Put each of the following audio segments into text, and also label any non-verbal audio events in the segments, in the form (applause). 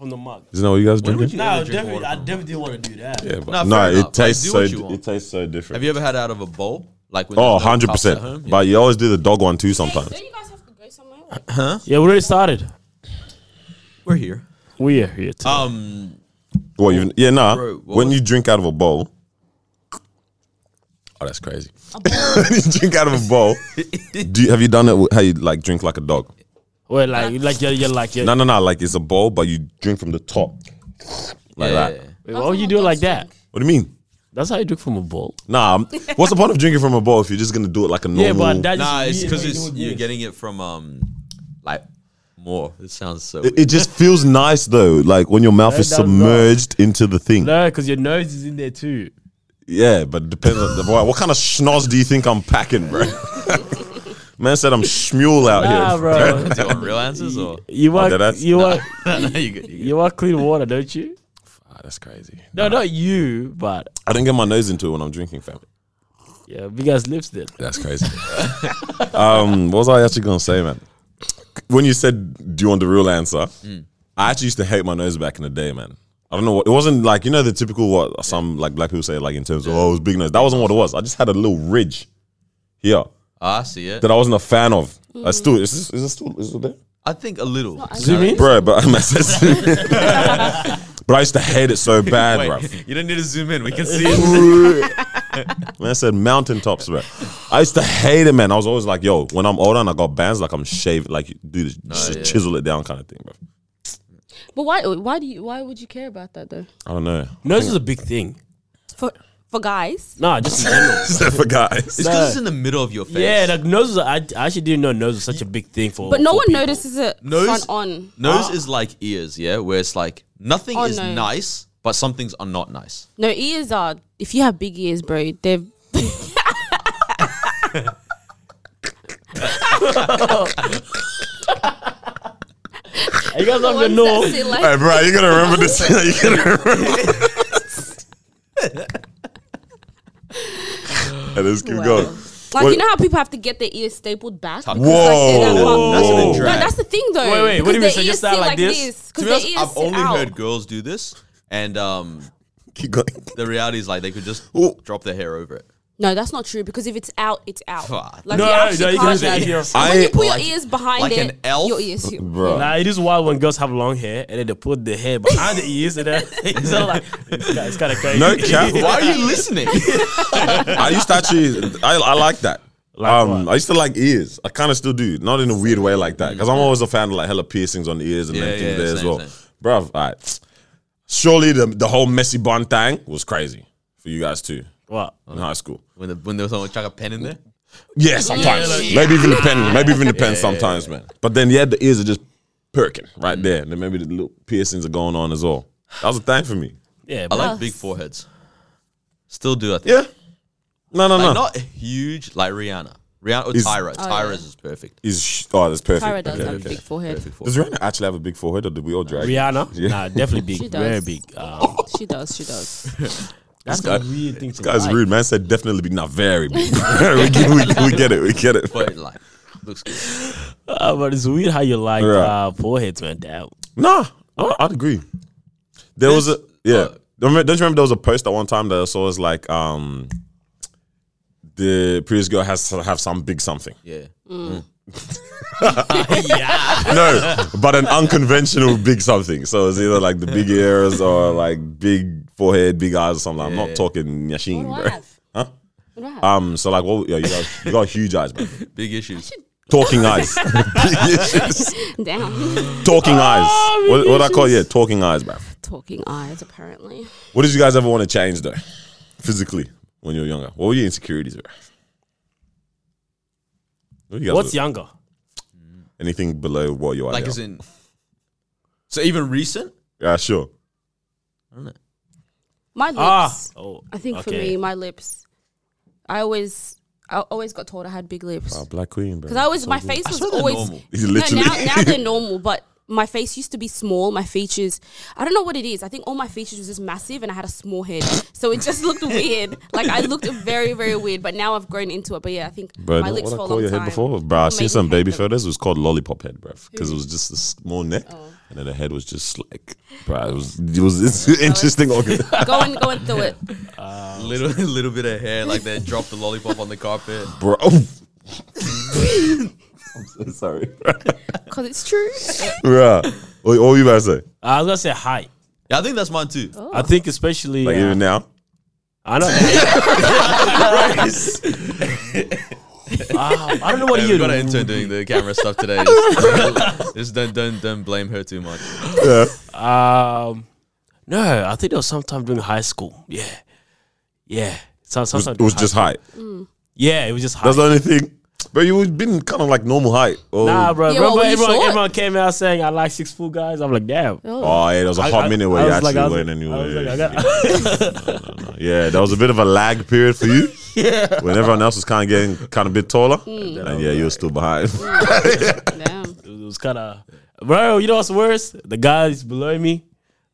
Isn't that what you guys When would drinking? you No, ever drink definitely. water I from? definitely didn't want to do that. Yeah, but Nah, no, fair it enough. Like, tastes do what so. you want. It tastes so different. Have you ever had out of a bowl? Like when Oh, there's no 100 cups at percent. home? Yeah. But you always do the dog one too sometimes. Don't you guys have to go somewhere? Yeah, we already started. we're here. We are here. (laughs) Today. Um, (laughs) Well, you yeah, nah. Bro, what when was- you drink out of a bowl. Oh, that's crazy. (laughs) when you drink out of a bowl, do you, have you done it? with- How you like drink like a dog? Well, like, like you're, you're like, you're, No, no, no. Like it's a bowl, but you drink from the top, like yeah. that. wait, why would you do it like that? What do you mean? That's how you drink from a bowl. Nah. I'm- What's the point of drinking from a bowl if you're just gonna do it like a normal? Yeah, but that Nah, is it's because it's weird. you're getting it from um, like more. It sounds so. it, it just feels nice though, like when your mouth No, is it does not. submerged into the thing. no, because your nose is in there too. Yeah, but it depends on the boy. What kind of schnoz do you think I'm packing, bro? (laughs) Man said I'm schmule out Nah, here. bro. (laughs) Do (laughs) you want real answers or? (laughs) You want yeah, that's- you want no, you good. You you want clean water, don't you? Ah, that's crazy. No, not you, but I don't get my nose into it when I'm drinking, fam. yeah, big ass lips. Then That's crazy. (laughs) um, what was I actually gonna say, man? When you said, "Do you want the real answer?" Hmm. I actually used to hate my nose back in the day, man. I don't know what it wasn't like. You know the typical what some like black people say, like in terms of oh, it was big nose. That wasn't what it was. I just had a little ridge here good. ah, I see it. that I wasn't a fan of. Mm. I still is this, is it still is it there? I think a little. zoom in. bro. But I'm (laughs) but I used to hate it (laughs) so bad, bro. Wait, you don't need to zoom in. We (laughs) can see it. Man I said mountaintops, bro. I used to hate it, man. I was always like, yo, when I'm older and I got bands, like I'm shaving, like do this, just yeah. chisel it down kind of thing, bro. But why? Why do you? Why would you care about that though? I don't (laughs) know. Nose is a big thing. For for guys, Nah, just in general. Except for guys. It's No. because it's in the middle of your face. (laughs) yeah, like noses. Are, I, I actually didn't know nose was such a big thing for. but no for one people. notices it Nose- front on. Nose is like ears, yeah, where it's like nothing Oh, is no. nice, but some things are not nice. No ears are. If you have big ears, bro, they're. You guys the don't ones even that know. say, like, Hey, bro, you're gonna remember this. (laughs) you're gonna remember. (laughs) Hey, let's keep Wow. going. Like What- you know how people have to get their ears stapled back. Tuck. Because, like, they're that Whoa. long. That's an No, drag. that's the thing though. Wait, wait, what do you mean? because So just their ears that sit like like this? this. To be Because their honest, ears I've sit only out. heard girls do this, and um, Keep going. the reality is like they could just Ooh. drop their hair over it. No, that's not true. Because if it's out, it's out. Fuck. Like No, you no, actually no, you can't can do say that. ears. When you I put Like- your ears behind like it, an elf? your ears. bro. Nah, it is wild when girls have long hair and then they put their hair behind the ears and then (laughs) it's all like it's kind of crazy. (laughs) No cap. (laughs) Why are you listening? I used to actually, I, I like that. Like um, what? I used to like ears. I kind of still do, not in a weird way like that, because I'm always a fan of like hella piercings on the ears and Yeah, everything yeah, there as same, well, same. bruv. All right, surely the the whole messy bun thing was crazy for you guys too What? in high school. (laughs) when the, when there was someone chuck a pen in there, Yeah, sometimes maybe even the pen, maybe even the pen sometimes, man. But then yeah, the ears are just perking right there, and then maybe the little piercings are going on as well. That was a thing for me. Yeah, I but like big foreheads. Still do I think? Yeah, no, no, Like, no. not huge like Rihanna, Rihanna or Is- Tyra. Tyra's is perfect. Is sh- oh, that's perfect. Tyra does Okay, have a okay. big forehead. Perfect Does forehead. Rihanna actually have a big forehead, or did we all drag? Rihanna. Yeah. Nah, definitely She big, does. very big. Um, She does. She does. that's guy- a weird thing to Guys, like. rude man said definitely be not very. big. (laughs) we, get, we, we get it, we get it. But like looks good. Uh, but it's weird how you like Right. uh, foreheads, man. Damn. Nah, I, I'd agree. There was a yeah. Remember- don't you remember there was a post at one time that I saw was like um, the previous girl has to have some big something. Yeah. No, but an unconventional big something. So it's either like the big ears or like big forehead, big eyes or something. I'm not talking What yashin, do bro. I have? Huh? What do I have? Um, so like, what? Yeah, you got you got huge eyes, man. Big issues. Talking eyes. (laughs) Big issues. Damn. (laughs) Talking eyes. What, what I call yeah, talking eyes, man. Talking eyes, apparently. What did you guys ever want to change though, physically when you were younger? What were your insecurities, bro? What you guys What's younger? anything below what you are? Like now? as in. So even recent. yeah, sure. I don't know. My lips. Ah, oh, I think for okay. me, my lips. I always, I always got told I had big lips because Black Queen, bro. I always my face was swear they're always. normal. He's No, literally. now, now (laughs) they're normal, but my face used to be small. My features, I don't know what it is. I think all my features was just massive, and I had a small head, so it just (laughs) looked weird. Like I looked very, very weird. But now I've grown into it. But yeah, I think Bro, my know lips what for I a call long your time. head before, bro. I made me seen some hate baby them. Oh. photos. It was called lollipop head, bro, because it was just a small neck, and then the head was just like, bruh, it was it was (laughs) it's interesting. organ- Go and go and do it. little (laughs) little bit of hair, like they dropped the lollipop on the carpet. (laughs) bro. I'm so sorry, Because it's true. (laughs) bruh. What, what were you about to say? Uh, I was gonna say height. Yeah, I think that's mine too. Oh. I think especially Like uh, even now, I don't. (laughs) (laughs) Wow, Um, I don't know what Yeah, you we got an intern doing the camera stuff (laughs) today. Just, just don't don't don't blame her too much. yeah. Um, no, I think there was sometime during high school. Yeah, yeah. So, It was, sometime it was during high just school. height. Yeah, it was just high. That's the only thing. But you would been kind of like normal height. Oh, Nah, bro. Yeah, well, remember were you everyone, short? everyone came out saying I like six foot guys. I'm like, damn. oh yeah, there was a hot I- minute where I you was actually like- I was went like- I anywhere. was like, I (laughs) yeah, there was a bit of a lag period for (laughs) you. yeah. When everyone else was kind of getting kind of a bit taller, Mm. and yeah, you were still behind. Damn. It was kind of, bro. You know what's worse? The guys below me,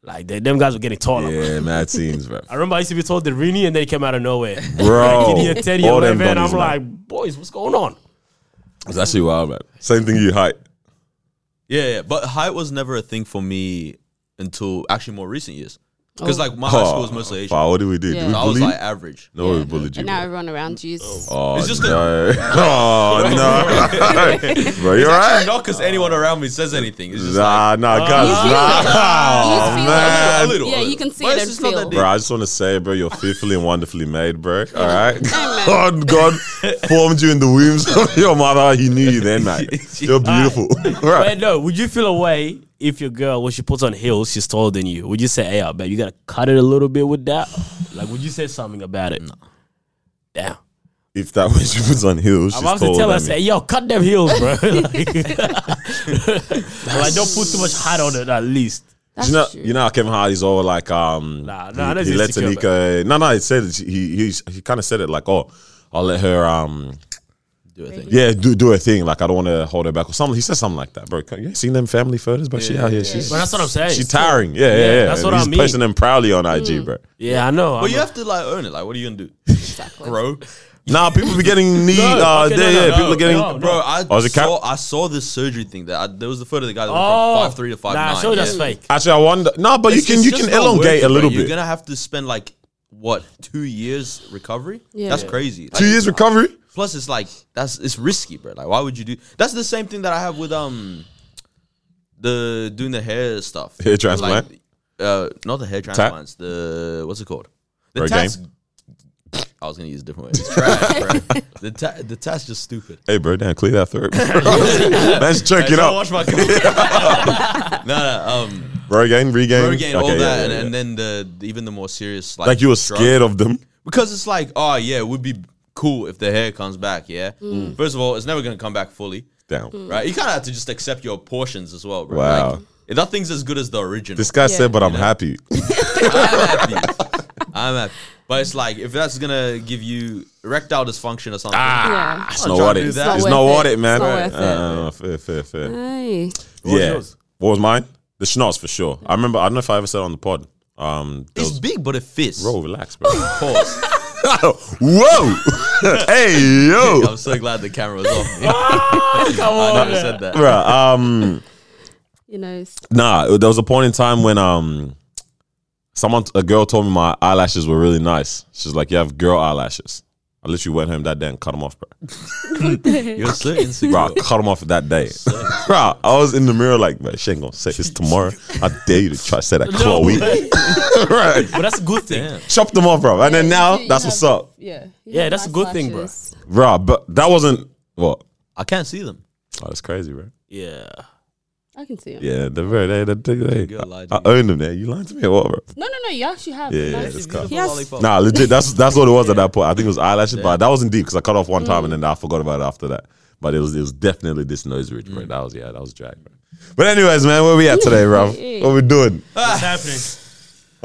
like they, them guys were getting taller. (laughs) bro. yeah, mad scenes, (laughs) bro. I remember I used to be told the Rini, and they came out of (laughs) nowhere. Bro, Give me a teddy Oh, all or them whatever, and I'm dummies, man. like, boys, what's going on? it's actually wild, man. Same thing you height. Yeah, yeah. But height was never a thing for me until actually more recent years. Because like my high school was mostly Asian. Wow, Oh, what did we do? Yeah. Did we I I bully? was you? like average. (laughs) no, we bullied you. And now bro. everyone around you. is- Oh, It's just no. (laughs) (laughs) that- oh no, (laughs) bro, you're right. Not because anyone around me says anything. It's just like Nah, nah, guys, You feel nah. Oh, it. You feel it. man. a little. a Yeah, little. you can see But it it's and just not feel. that big. Bro, I just want to say, bro, you're fearfully and wonderfully made, bro. All right, (laughs) Amen. God, God formed you in the wombs of (laughs) your mother. He knew you then, mate. You're beautiful, Wait, right? no. Would you feel away if your girl, when she puts on heels, she's taller than you? Would you say, "Hey, I bet you gotta cut it a little bit with that"? Like, would you say something about it? No. Damn. If that when she puts on heels, she's I'm about to taller tell than her, say, me. "Yo, cut them heels, bro." (laughs) like, like, don't put too much height on it, at least. That's You know, true. you know, how Kevin Hardy's all like, um, Nah, nah, he- that's he, let insecure, Tanika. No, no, he said it. he he he kind of said it like, oh, I'll let her, um, Do a thing. yeah, do do her thing. Like I don't want to hold her back or something. He said something like that, bro. You ain't seen them family photos, but she out here, she's But that's what I'm saying. she's tiring. Yeah, yeah, yeah. Yeah, that's And what I He's mean. placing them proudly on IG, bro. yeah, I know. But I'm you a- have to like earn it. Like, what are you gonna do, Exactly. (laughs) bro? Nah, people be getting knee. No, uh, yeah, okay, no, no, yeah, no, people are getting. no, no. Bro, I Oh, is it cap- saw I saw this surgery thing that I, there was the photo of the guy that went oh, from five three to five nah, nine. sure, that's yeah. fake. Actually, I wonder. Nah, but It's- Oh, you can it's you just can not worth elongate it, a little bro. You're bit. gonna have to spend like what two years recovery? Yeah. that's Yeah. crazy. Like, Two years recovery. Plus, it's like that's it's risky, bro. Like, why would you do? That's the same thing that I have with um the doing the hair stuff, Hair transplant? Like, uh, not the hair transplants. The what's it called? The Regain? tats- I was gonna use a different way. It's trash, bro. The ta- the tats just stupid. Hey, bro, damn, clear that throat. (laughs) Let's check it Hey, don't out. wash my (laughs) clothes. no, no, um, Regain, regain, regain all Okay, that, yeah, yeah, and, yeah. and then the, the- even the more serious like like you were drug- scared of them. because it's like, oh yeah, it would be cool if the hair comes back. Yeah, first of all, it's never gonna come back fully. Damn. right? You kind of have to just accept your portions as well, bro. Wow. Like, nothing's as good as the original. This guy Yeah. said, but I'm happy. (laughs) I'm (laughs) happy. I'm happy. But it's like, if that's going to give you erectile dysfunction or something. Ah. Yeah. It's I'm not Ah. trying worth to it. do It's that. not It's not worth worth it, it. man. It's not worth it. Uh, Fair, fair, fair. Hey. was Yeah. yours? What was mine? The schnoz for sure. I remember. I don't know if I ever said it on the pod. Um, there It's was- big, but it fits. bro, relax, bro. Pause. Whoa. (laughs) hey yo. I'm so glad the camera was (laughs) off. me. Ah, (laughs) I never said that. Bruh, um, You know. it's- nah, there was a point in time when um, someone, a girl told me my eyelashes were really nice. She's like, "You have girl eyelashes." I literally went home that day and cut them off, bro. You're so insecure. Bro, I cut them off that day. bro, I was in the mirror like, bro, she ain't gonna say this tomorrow. I dare you to try to say that, Chloe. (laughs) way. right, But that's a good thing. Damn. chop them off, bro. And then now, You that's what's have- up, Yeah. You Yeah, have that's a good thing, bro. eyelashes. bro. But that wasn't what. I can't see them. Oh, that's crazy, bro. Yeah. I can see it. Yeah, they're very, they, they, they, Girl lied to I, I you. own them there. You lying to me or what, bro? No, no, no. You actually have. Yeah, yeah, Nice. it's cut. Yes. Lollipop. Nah, legit. That's that's what it was at that point. I think it was eyelashes, but that wasn't deep because I cut off one Mm. time and then I forgot about it after that. But it was it was definitely this nose ridge, Mm. bro. That was yeah, that was drag, bro. But anyways, man, where we at today, bro? (laughs) what we doing? What's happening?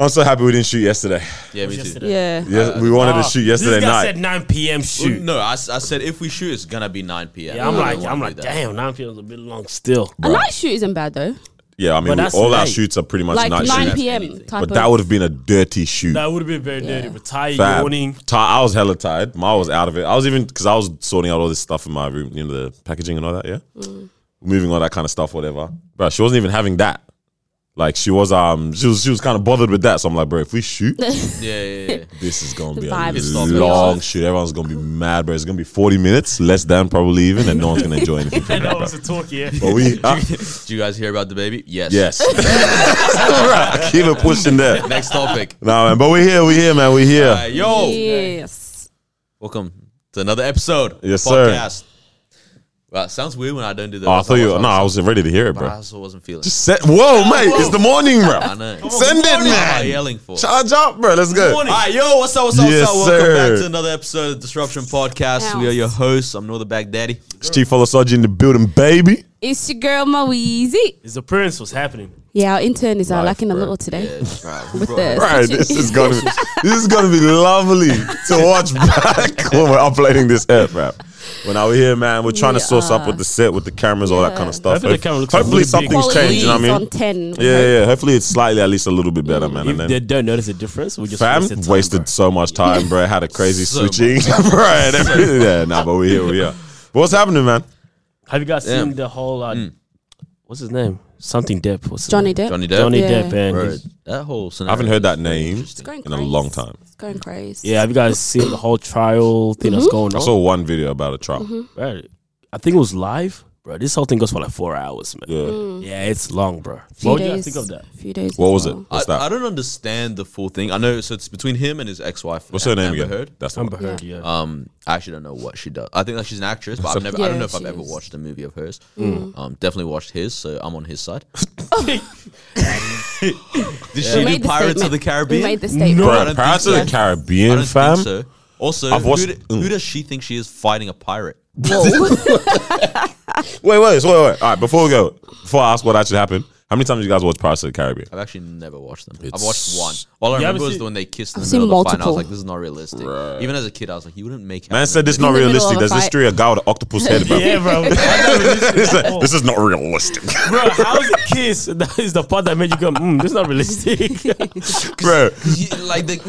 I'm so happy we didn't shoot (laughs) yesterday. Yeah, me too. yesterday. Yeah. Yes, we wanted Ah, to shoot This yesterday guy night. said 9 p.m. shoot. No, I, s- I said if we shoot, it's gonna be 9 p.m. Yeah, I'm I like, don't I'm wanna like, do that. damn, 9 p.m. is a bit long still. A night shoot isn't bad though. yeah, I mean, But we- that's all our late. shoots are pretty much Like night 9 shoots. p.m. anything. type But of. that would have been a dirty shoot. That would have been very dirty. But tired, Fab. yawning. Ti- I was hella tired. Ma was out of it. I was even because I was sorting out all this stuff in my Mm. room, you know, the packaging and all that. Yeah, moving all that kind of stuff, whatever. Bro, she wasn't even having that. Like she was um she was she was kind of bothered with that. So I'm like, bro, if we (laughs) shoot, Yeah, yeah, (laughs) yeah. this is gonna be a vibe is long off. shoot. Everyone's gonna be mad, bro. It's gonna be 40 minutes, less than probably even, and no one's gonna (laughs) enjoy anything from that, bro. a (laughs) talk, yeah. But we uh, Did you guys hear about the baby? Yes. yes, (laughs) Right, keep it pushing there. Next topic. Nah, man, but we're here, we're here, man, we're here. Uh, yo, Yes. welcome to another episode. Yes, sir. podcast. sir. Wow, it sounds weird when I don't do that. oh, I thought you. No, was- I was ready to hear it, but I bro. also wasn't feeling. Just set, whoa, mate, it's the morning, bro. (laughs) I know. Oh, Send it, What am I man. yelling for? Charge up, bro. Let's go. All right, yo, what's up, what's up, Yes, what's up? Welcome sir. back to another episode of Disruption Podcast. We are Ounce. your hosts. I'm Northern Baghdadi. Steve Folosoji in the building, baby. It's your girl Moeezy. His appearance was happening. Yeah, our intern is uh, lacking a bro. little today. Yeah, With the Right, switching. this is gonna be, this is gonna be lovely to watch back (laughs) when we're uploading this app, rap. When are we here, man? We're trying to We source up are. with the set, with the cameras, all that Yeah. kind of stuff. Hopefully the camera looks a Hopefully little bit something's changed. You know what I Quality is mean? on ten. We hope. Yeah, yeah. Hopefully it's slightly at least a little bit better, man. If And they then don't notice a difference, we just fam wasted wasted, time, bro. so much time, bro. (laughs) Had a crazy So much. switching, (laughs) right? (laughs) yeah, nah, but we're here, we're here. But what's happening, man? Have you guys Yeah. seen the whole? Uh, Mm. What's his name? Something Depp. What's his Johnny name? Depp. Johnny Depp. Johnny Yeah. Depp. And Bro, his- that whole scenario. I haven't heard that is very name. It's interesting. going In a crazy. long time. It's going crazy. yeah, have you guys seen the whole trial thing that's Mm-hmm. going I on? saw one video about a trial. bro, I think it was live, bro. This whole thing goes for like four hours, man. Yeah. Yeah, it's long, bro. Mm. Few what would days, you guys think of that? Few days. What as was it? well. What's I, that? I don't understand the full thing. I know, so it's between him and his ex-wife. what's Am- her name Amber again? Heard. That's the one. Amber Heard, yeah. Um, I actually don't know what she does. I think that she's an actress, but I've never. I Yeah, don't know if I've she ever is. watched a movie of hers. Hmm. Um, definitely watched his, so I'm on his side. Did We she do made the Pirates of statement. the Caribbean? We made the statement. I Bro, don't think Pirates of so. the Caribbean, I don't fam. think so. Also, I've watched- who, d- Mm. who does she think she is fighting a pirate? Wait, wait, wait, wait. All right, before we go, before I ask what actually happened, how many times did you guys watch Pirates of the Caribbean? I've actually never watched them. It's- I've watched one. All I You haven't remember was seen- the when they kissed in the I've middle of seen the fight. And I was multiple. like, this is not realistic. Even as a kid, I was like, you wouldn't make. out in Man a said this is movie. not In the middle realistic. of a There's this fight. story a guy with an octopus head, (laughs) bro. (laughs) Yeah, bro. It's It's like, this is not realistic, (laughs) bro, how's a kiss? (laughs) That is the part that made you go, mm, this is not (laughs) realistic. (laughs) bro. (laughs) You- like the.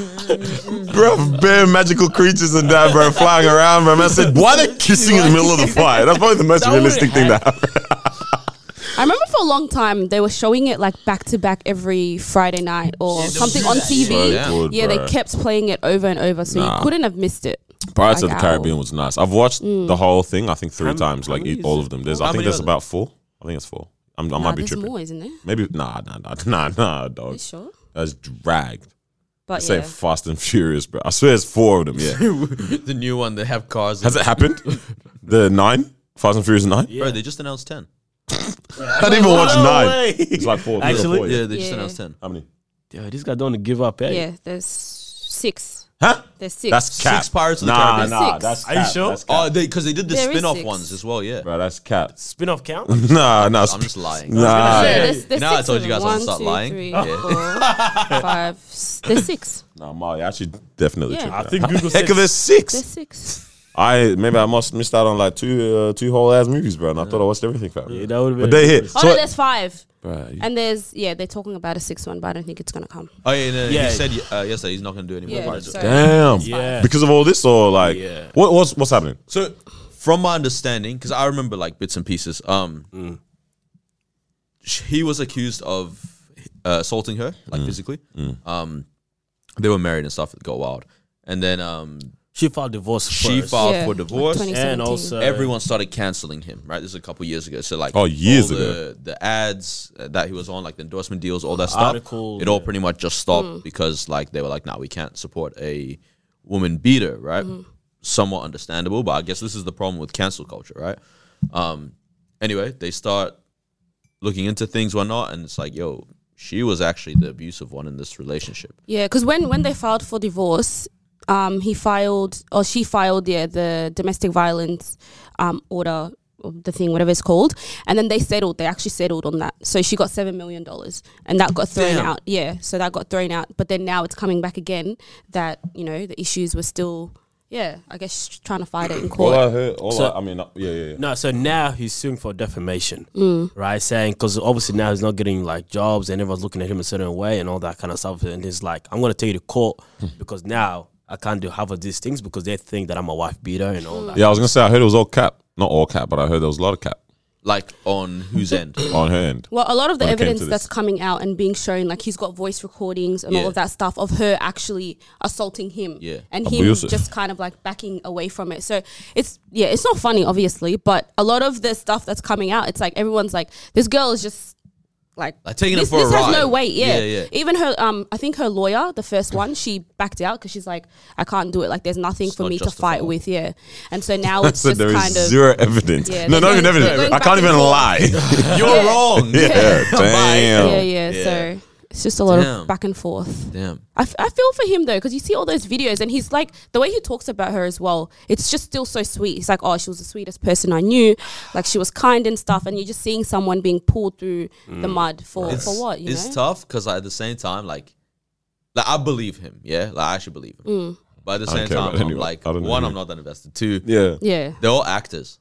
(laughs) Bro, bare magical creatures and that, bro, flying around, bro. Man said, why they kissing in the middle of the fight? That's probably the most That realistic wouldn't thing that happened. I remember for a long time they were showing it like back to back every Friday night or Yeah, they'll something do on that. TV. So good, yeah, they kept playing it over and over, so Nah. you couldn't have missed it. Pirates of the Like, Caribbean was nice. I've watched Mm. the whole thing. I think three How- times, how like many eat is all it? of them. There's, How I think many there's are there? about four. I think it's four. I'm, I Nah, might be there's tripping. more, isn't there? Maybe nah, nah, nah, nah, (laughs) nah, Are you dog. sure? That's dragged. But Say yeah, Fast and Furious, bro. I swear it's four of them. (laughs) Yeah. the new one they have cars. in Has it happened? The nine? Fast and Furious nine? Bro, they just (laughs) announced 10. I didn't even watch No nine. way. It's like four. three or Actually, four, Yeah, they just Yeah. announced 10. How many? Yo, this guy don't want to give up, eh? yeah, there's six. Huh? There's six. That's cat. Six Pirates of the nah, Caribbean. nah, Six. that's Are you cap, sure? That's cap. Oh, they because they did the There is spin off six. ones as well, yeah. bro, that's cat. Spin off count? Nah, nah. I'm just lying. Nah, Yeah, Yeah. there's, there's Now I six told of you them. guys I'll One, start two, lying. three, Yeah. four, five, s- There's six. nah, Molly, I should definitely. Yeah. check I that. think Google Heck said- of there's six. There's six. I maybe I must missed out on like two uh, two whole ass movies, bro. And I thought I watched everything, fam. Yeah, that would've But been- they hit. (laughs) Oh so no, there's five. Bro, you- And there's yeah, they're talking about a sixth one, but I don't think it's gonna come. Oh, yeah, no, Yeah. he said uh, yesterday he's not going to do any more Yeah, Pirates of the sorry. damn. Yeah. Because of all this, or like, Yeah. what, what's what's happening? So, from my understanding, because I remember like bits and pieces, um, sh- he was accused of uh, assaulting her, like physically. Um, they were married and stuff. It got wild, and then um, She filed divorce she first. filed Yeah, for like divorce. 20 and 2017. also Everyone started canceling him. Right, this is a couple years ago. So like, Oh, years all ago. the, the ads uh, that he was on, like the endorsement deals, all that stuff, Article, it all yeah. pretty much just stopped because like they were like, "Nah, we can't support a woman beater." Right, somewhat understandable, but I guess this is the problem with cancel culture, right? Um, anyway, they start looking into things, whatnot, and it's like, yo, she was actually the abusive one in this relationship. Yeah, because when when they filed for divorce, um, he filed or she filed yeah the domestic violence um order or the thing whatever it's called, and then they settled. They actually settled on that, so she got seven million dollars, and that got thrown Damn. out. Yeah, so that got thrown out, but then now it's coming back again. That you know the issues were still yeah, I guess sh- trying to fight it in court. heard, all So- I- mean, yeah, yeah, No, so now he's suing for defamation, Mm. right? Saying because obviously now he's not getting like jobs, and everyone's looking at him a certain way and all that kind of stuff. And he's like, "I'm gonna take you to court Hmm. because now I can't do half of these things Hmm. because they think that I'm a wife beater and all that." yeah. I was gonna say I heard it was all cap, not all cap, but I heard there was a lot of cap. Like on whose end? on her end. (laughs) Well, a lot of the When it came evidence to that's this. coming out and being shown, like he's got voice recordings and all Yeah. of that stuff of her actually assaulting him, Yeah. and Abu him Yusuf. just kind of like backing away from it. So it's yeah, it's not funny, obviously, but a lot of the stuff that's coming out, it's like everyone's like, this girl is just like, Like, taking it this, for a this has ride. no weight. Yeah. Yeah, yeah. even her, um, I think her lawyer, the first one, she backed out because she's like, I can't do it. Like, there's nothing for not me to fight justifiable. with. Yeah, and (laughs) so now it's So just there is kind of zero evidence. Yeah, no, they're not even going- they're evidence. going I back can't and even forth. lie. (laughs) (laughs) You're (laughs) wrong. yeah, damn. yeah, yeah, Yeah. So it's just a lot Damn. of back and forth. Damn. I, f- I feel for him though, because you see all those videos, and he's like the way he talks about her as well. It's just still so sweet. He's like, "Oh, she was the sweetest person I knew. Like she was kind and stuff." And you're just seeing someone being pulled through the mud for for what you it's know. tough because at the same time, like, like I believe him. Yeah, like I should believe him. Mm. But at the don't same care time, about I'm anyone. like, I don't know one, who- I'm not that invested. Two, Yeah. Mm. yeah, they're all actors,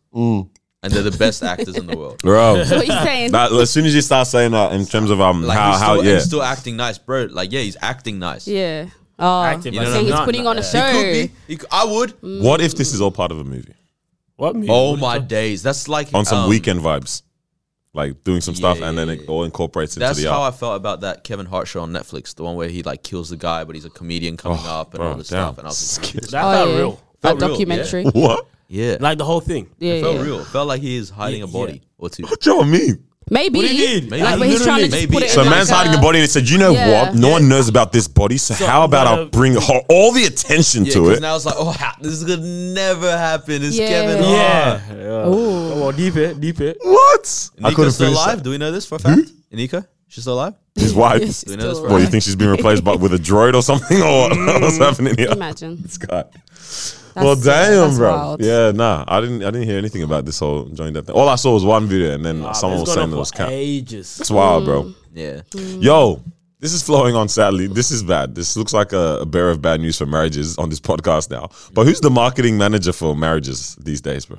and they're the best actors in the world. (laughs) Bro. what you saying? that, as soon as you start saying that in terms of um (laughs) Like how, he's, how still, yeah. he's still acting nice, bro. Like, yeah, he's acting nice. yeah. Oh, Active you as saying a he's nun. putting on a Yeah. show. Could be. He c- I would. Mm. what if this is all part of a movie? What? movie? Oh my days. That's like On some um, weekend vibes. Like doing some stuff yeah, and then yeah, it all incorporates into That's the how art. I felt about that Kevin Hart show on Netflix, the one where he like kills the guy, but he's a comedian coming up and all Oh, bro, this damn. stuff. And I was like, That Oh, felt yeah. real. That Felt real, yeah. documentary. (laughs) what? yeah, Like the whole thing. Yeah, felt yeah. real. Felt like he is hiding a body yeah. or two. What do you mean? Maybe. What do you mean? Like, Maybe. but he's trying to Literally. just put Maybe. it. in So a like man's hiding uh, a body and he said, you know Yeah. what? No one knows about this body, so, how about I gotta- bring ho- all the attention Yeah, to 'cause it? now it's like, oh, ha- this could never happen. It's Yeah. Kevin Hart. Yeah. yeah. Come on, deep it, deep it. what? I couldn't Nika's still finish alive. that. Hmm? Do we know this for a fact? Nika, she's still alive. (laughs) His wife. Yes, We know this still What, you alive. think she's been replaced by, with a droid or something? (laughs) Or Mm. what? what's happening here? (laughs) Imagine. This guy. That's- well, damn, that's bro. wild. Yeah, nah. I didn't. I didn't hear anything about this whole Johnny Depp thing. All I saw was one video, and then Wow, someone it's was gone saying on it was for cap. ages. It's wild, Mm. bro. Yeah, Yo, this is flowing on. Sadly, this is bad. This looks like a, a bearer of bad news for marriages on this (laughs) podcast now. But who's the marketing manager for marriages these days, bro?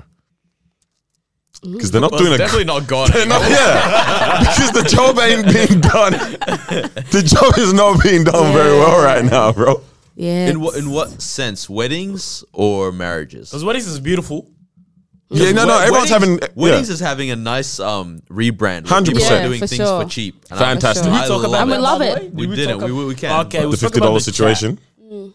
Because they're not doing a. definitely not gone. They're not- (laughs) yeah, because the job ain't being done. The job is not being done very well right now, bro. Yeah. In what in what sense? Weddings or marriages? Because what is this beautiful? Yeah, no, no. Wed- Everyone's weddings, having Weddings yeah. is having a nice um rebrand. where 100%. people are Yeah, doing for things sure. for cheap. And I- Fantastic. I we talk about love that, it. I love by the it. way? We Did didn't. talk We- ab- we can. Okay, we the spoke fifty about dollars the chat, situation.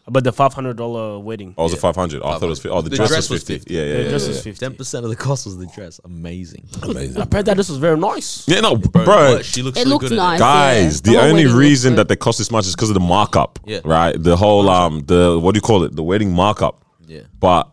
about the five hundred dollar wedding. Oh, it was a 500. I thought it was 50. Oh, the, dress, was 50. Yeah, yeah, yeah. This yeah, was yeah. fifty. Ten percent of the cost was the dress. Amazing, I bet that this was very nice. Yeah, no, bro. But she looks. It so looks good in nice. Guys, Yeah. the The whole only wedding looks reason good. that they cost this much is because of the markup, Yeah. right? The whole um, the what do you call it? The wedding markup. Yeah. But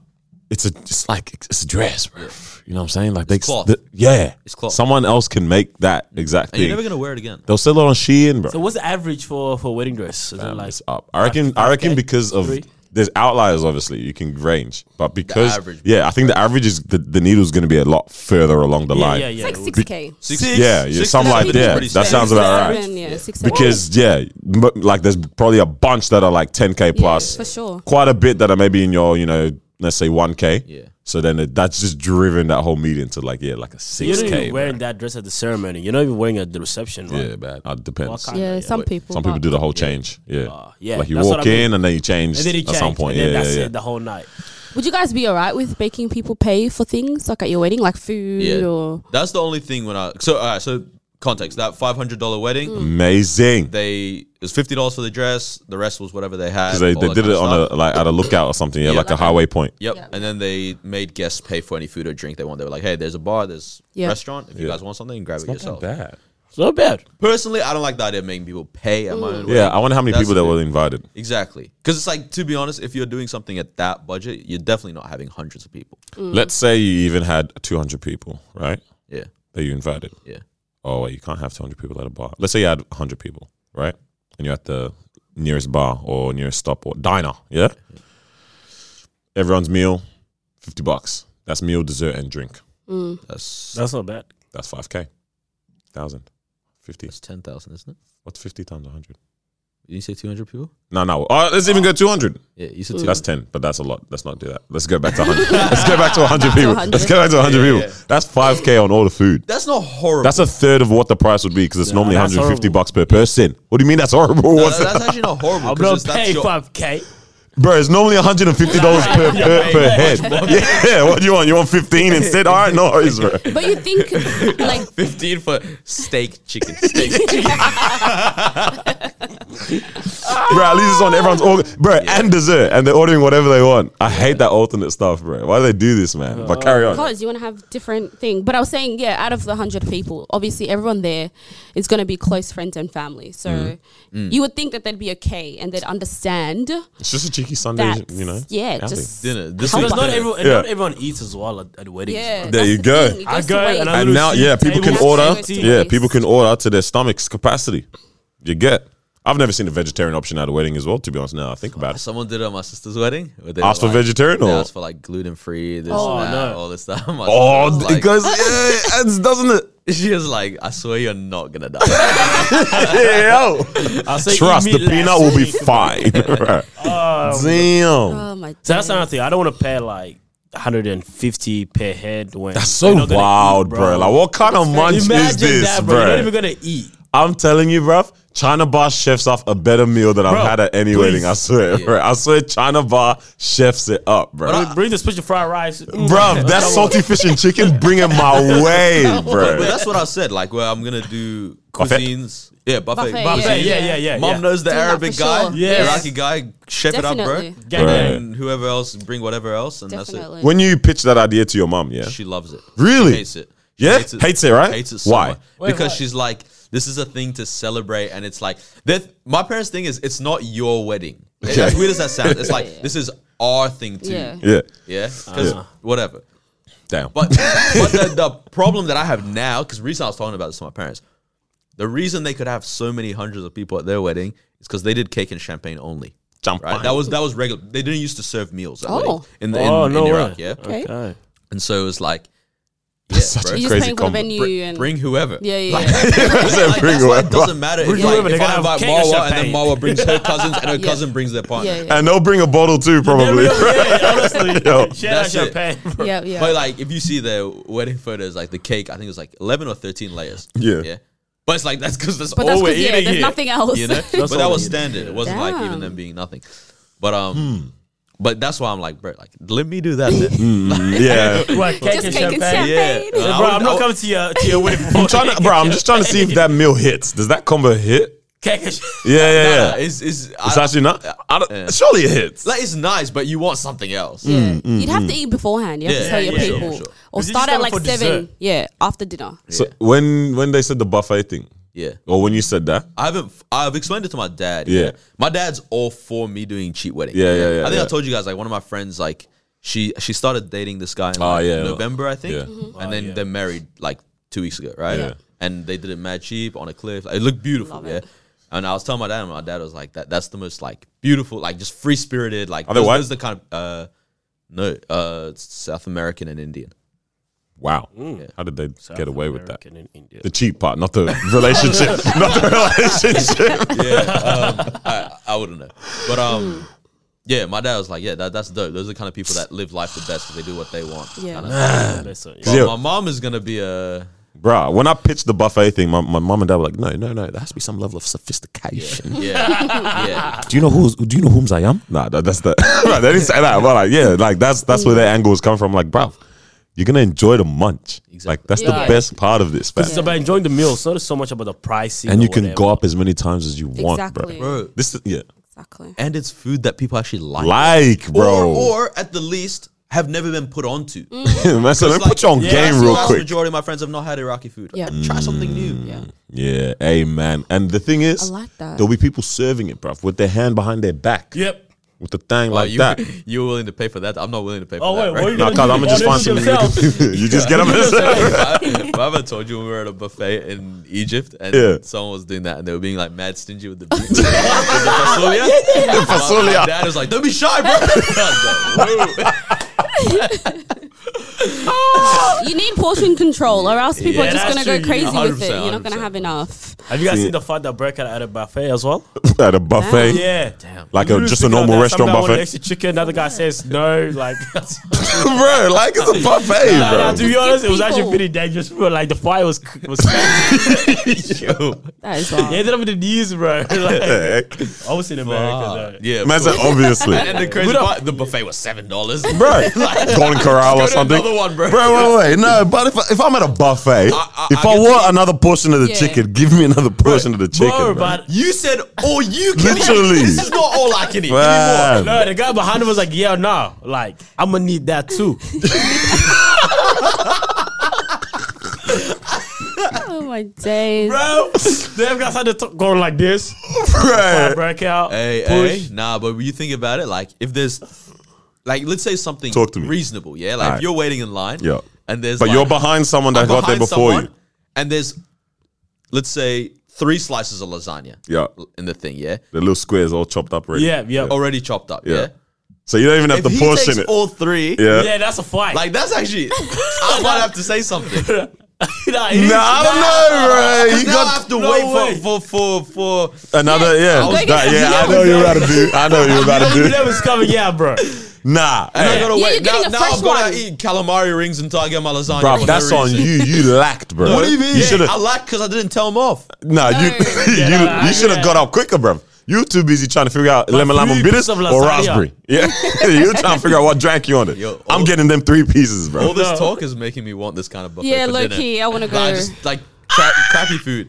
it's a, it's like it's a dress, bro. You know what I'm saying? Like they, cloth. the- yeah, It's cloth. Someone else can make that exact And you're thing. never gonna wear it again. They'll sell it on Shein, bro. So what's the average for for a wedding dress? Is it Um, like it's up. I reckon. I reckon 5K? because of Three? there's outliers. Obviously, you can range, but because average. yeah, I think the average is the, the needle's going to be a lot further along the yeah, line. yeah, yeah. It's like 6K. Six, Yeah, yeah, something like seven is that. pretty That standard. sounds about right. Seven, yeah, six, seven. Because yeah, m- like there's probably a bunch that are like 10k plus. for sure. Quite a bit that are maybe in your you know let's say 1k. Yeah. So then it, that's just driven that whole median to like yeah like a You're not 6k. even bro. wearing that dress at the ceremony. You're not even wearing it at the reception, right? yeah, man. It depends. What kind? Yeah, Yeah, some people. Some people but- do the whole change. Yeah. yeah, Like you that's what walk I mean. in and then you change And then it at some point. And then yeah, that's yeah, yeah. it the whole night. Would you guys be alright with making people pay for things like at your wedding, like food or? That's the only thing when I so all right, so context that five hundred dollar wedding. Mm. Amazing. They it was fifty dollars for the dress. The rest was whatever they had. Because they, all they that did kind it of on stuff. a like at a lookout or something, yeah, like, a Like highway point. Yep. And then they made guests pay for any food or drink they want. They were like, hey, there's a bar, there's Yeah. restaurant. If you guys want something, grab it yourself. bad. It's not bad. Personally, I don't like the idea of making people pay at my Mm. own Yeah, wedding. I wonder how many That's people that the were thing. invited. Exactly. Because it's like, to be honest, if you're doing something at that budget, you're definitely not having hundreds of people. Mm. Let's say you even had 200 people, right? Yeah. That you invited. Yeah. Oh, wait, you can't have 200 people at a bar. Let's say you had 100 people, right? And you're at the nearest bar or nearest stop or diner, yeah? Everyone's meal, 50 bucks. That's meal, dessert, and drink. mm. That's, That's not bad. That's 5K. 1,000. 50. that's 10,000, isn't it? What's 50 times 100? Did you say 200 people? No, no. Oh, let's even go 200. Yeah, you Mm. said 200. That's 10, but that's a lot. Let's not do that. Let's go back to (laughs) 100. Let's go back to 100 people. 100. Let's go back to 100 people. yeah. That's 5K on all the food. That's not horrible. That's a third of what the price would be because it's normally that's 150 horrible. bucks per person. What do you mean that's horrible? No, (laughs) What's that's actually not horrible. I'm 'cause not it's- that's paying your- five k. Bro, it's normally $150 per, per, per head. Yeah, what do you want? You want 15 instead? All right, no worries, bro. But (laughs) you think like 15 for steak chicken. (laughs) Steak chicken. Bro, at least it's on everyone's order. Bro, and dessert. And they're ordering whatever they want. I hate that alternate stuff, bro. Why do they do this, man? But carry on. because you want to have different thing. But I was saying, yeah, out of the hundred people, obviously everyone there is going to be close friends and family. So Mm. you would think that they'd be okay and they'd understand It's just a cheeky Sunday, that. you know? yeah, outing. just Dinner. This Because is not, dinner. everyone, Yeah. not everyone eats as well at, at weddings. yeah. There that's you the go. thing, it I goes go to waste. and I And now, Little yeah, cheap people can tables. order. Tables to Yeah, waste. people can order to their stomach's capacity. You get. I've never seen a vegetarian option at a wedding as well, to be honest. Now I think about it. Someone did it at my sister's wedding. where they Ask were for vegetarian they or- asked for like gluten free, this, Oh, that, no. all this stuff. (laughs) My Oh, sister was it goes, yeah, it adds, doesn't (laughs) it? She was like, I swear you're not gonna die. (laughs) Yeah. I'll say Trust eat the meat peanut last. Oh, will be (laughs) fine. (laughs) Right. Damn. Oh my! uh, So that's another thing. I don't want to pay like 150 per head. When That's so wild, bro. Like, what kind of munch Imagine is this, that, bro? bro. You're not even gonna eat. I'm telling you, bruv, China Bar chefs off a better meal than Bro, I've had at any wedding. I swear, bro. I swear, China Bar chefs it up, bro. Bring the special fried rice, (laughs) Bruv, that salty fish and chicken, bring it my way, but, but bro. that's what I said. Like, where I'm gonna do Buffet? cuisines. Yeah, buffet. Buffet, Cuisine. Yeah, yeah, yeah, yeah. Mom yeah. knows the Doing that Arabic for guy, sure. the Yes. Iraqi guy. Shep it up, Definitely. bro. Gang, Right. gang. And whoever else, bring whatever else, and Definitely. When you pitch that idea to your mom, yeah, that's it. She loves it. Really? She hates it. She Yeah? Hates it, right? Hates it. So Why? much. Wait, because why? she's like, this is a thing to celebrate, and it's like that. My parents' thing is, it's not your wedding. As weird as that sounds, it's like this is our thing too. Yeah. yeah, Yeah, 'Cause Yeah. whatever. damn. But but the, the problem that I have now, because recently I was talking about this to my parents, the reason they could have so many hundreds of people at their wedding is because they did cake and champagne only. Jump Right? That was that was regular. They didn't used to serve meals. At Oh. wedding in the in, Oh, in no Iraq, way. yeah. Okay. Okay. And so it was like, yeah, That's such bro, a You're just crazy paying for the combo. (laughs) venue bring, and bring whoever. yeah, yeah. Like, yeah. like, Bring that's why whoever. it doesn't matter. If, Bring like, whoever, if they're I gonna have invite cake and Marwa and then champagne. Marwa (laughs) brings her cousins and her cousin brings their partner. Yeah, yeah. and they'll bring a bottle too, probably. Honestly, (laughs) (laughs) Yo. shout out That's it. champagne. bro. yeah, yeah. But like, if you see the wedding photos, like the cake, I think it was like eleven or thirteen layers. Yeah. yeah. But it's like that's because that's but all that's oh, we're because yeah, eating there's here. nothing else. (laughs) You know, but that all was we're standard. It wasn't like even Damn. them being nothing. But um, Hmm. but that's why I'm like, bro, like let me do that. (laughs) Then. (laughs) yeah. Right, cake just and cake and champagne. champagne. Yeah. Bro, I'm not coming to your to your wedding. I'm trying to, bro. I'm just trying to see if that meal hits. Does that combo hit? Cake and Yeah, yeah, yeah. Yeah, it's it's, it's I- actually not. I don't, Surely it hits. like it's nice, but you want something else. Yeah. You'd have to eat beforehand. You have Mm, Yeah, to tell yeah, your yeah, people, sure, sure. or Because you start just at go like for seven. dessert. Yeah, after dinner. so when when they said the buffet thing, Yeah. or when you said that, I haven't. I've explained it to my dad. Yeah. my dad's all for me doing cheap weddings. Yeah, yeah, yeah, I think yeah. I told you guys like one of my friends like she she started dating this guy in Oh, like, yeah. November I think, Yeah. Mm-hmm. and Oh, then yeah. they're married like two weeks ago, right? Yeah. And they did it mad cheap on a cliff. It looked beautiful, Love yeah. it. And I was telling my dad, and my dad was like, "That that's the most like beautiful, like just free spirited, like Are they those- white? those the kind of uh no uh South American and Indian." wow, how did they (laughs) get away with that? In India. The cheap part, not the relationship, not the relationship. um, I, I wouldn't know. But um, yeah, my dad was like, yeah, that, that's dope. Those are the kind of people that live life the best because they do what they want. Yeah. kinda. That's it, yeah. But Yeah. my mom is gonna be a Bruh, when I pitched the buffet thing, my, my mom and dad were like, no, no, no, there has to be some level of sophistication. yeah, yeah. Do you know who's do you know whom I am? Nah, that, that's the (laughs) right, they didn't say that, but like, yeah, like that's that's where their angles come from. Like, bruv, you're gonna enjoy the munch. Like that's the Yeah. best part of this, fam. It's about enjoying the meal. It's not so much about the pricing. And or you can whatever. go up as many times as you want, Exactly. bro. Bro, This is yeah. Exactly. and it's food that people actually like, Like, bro. Or, or at the least have never been put onto. Mm. (laughs) Man, so let me Like, put you on yeah, game that's the real vast quick. Majority of my friends have not had Iraqi food. Yeah. try something new. Yeah. Yeah, amen. And the thing is, I like that. there'll be people serving it, bruv, with their hand behind their back. Yep. With the thing Mm. Wow, like you (laughs) that. you're willing to pay for that? I'm not willing to pay for Oh that. wait, right? what are you Nah, gonna cause do? I'm gonna just Oh, find this is something you yourself. can do. (laughs) You just get up and Mama told you we were at a buffet in Egypt and Yeah. someone was doing that and they were being like mad stingy (laughs) with the, with the fasulia. My- fasulia. (laughs) My dad was like, don't be shy, bro. I was like, "Whoa." (gasps) You need portion control, or else people Yeah, are just that's going to true. go crazy with 100%, it. You're not going to have enough. Have you guys seen the fact that Breaker at a buffet (laughs) as well? at a buffet. Yeah. Damn. Like a- just a normal restaurant buffet. Extra chicken. Another guy says no. (laughs) Like, (laughs) bro, like it's a buffet, Nah, bro. to be honest, it was people. actually pretty dangerous, bro. Like the fire was (laughs) was. crazy. That is wild. They ended up in the news, bro. (laughs) like, obviously in America, Ah, though. yeah, Man but- said (laughs) obviously. and the crazy don't- part, the buffet was seven dollars. Bro, Golden Corral or Let's go to something. another one, bro. Bro, wait, wait, no. But if, I- if I'm at a buffet, I- if I I, can want see- another portion of the Yeah. chicken, give me another portion of the chicken. Bro, bro. but You said all you can (laughs) Literally. eat. This is not all I can eat. Man. no, the guy behind him was like, "Yeah, no, like I'm gonna need that too." (laughs) Oh my days. bro. Them guys had to talk, going like this, Bro. break out, Hey, push. hey, nah, but when you think about it, like if there's, like let's say something Talk to me. reasonable, yeah, like Alright. if you're waiting in line, Yeah. and there's But like, you're behind someone that I'm got there behind before someone, you. and there's, let's say three slices of lasagna, Yeah. in the thing, yeah, The little squares all chopped up already. Yeah, yeah. already chopped up, yeah. Yeah. So you don't even have If to he portion takes it. all three, yeah. Yeah, that's a fight. like that's actually, I (laughs) might have to say something. nah, it is- Nah, I don't know, bro. You now I got have to No wait way. for for for for another, yeah. I was- That- Yeah, (laughs) yeah, I you know know- you're about to do. I know you're about to You know do. it's coming, yeah, bro. Nah, And I hey, gotta Yeah, wait. you're getting now a now fresh I've gotta one. eat calamari rings and target my lasagna. bro, for no that's on reason. you. You lacked, bro. (laughs) What do you mean? should I have. like because I didn't tell him off. Nah, you Yeah, you, nah, you should have yeah. got up quicker, bro. You were too busy trying to figure out lemon lime three bitters pieces of or lasagna. raspberry. Yeah, you were trying to figure out what drank you on it. Yo, I'm all- getting them three pieces, All bro. this No. talk is making me want this kind of buffet. Yeah, for low dinner. key, I wanna Like, I go. just like cra- crappy food.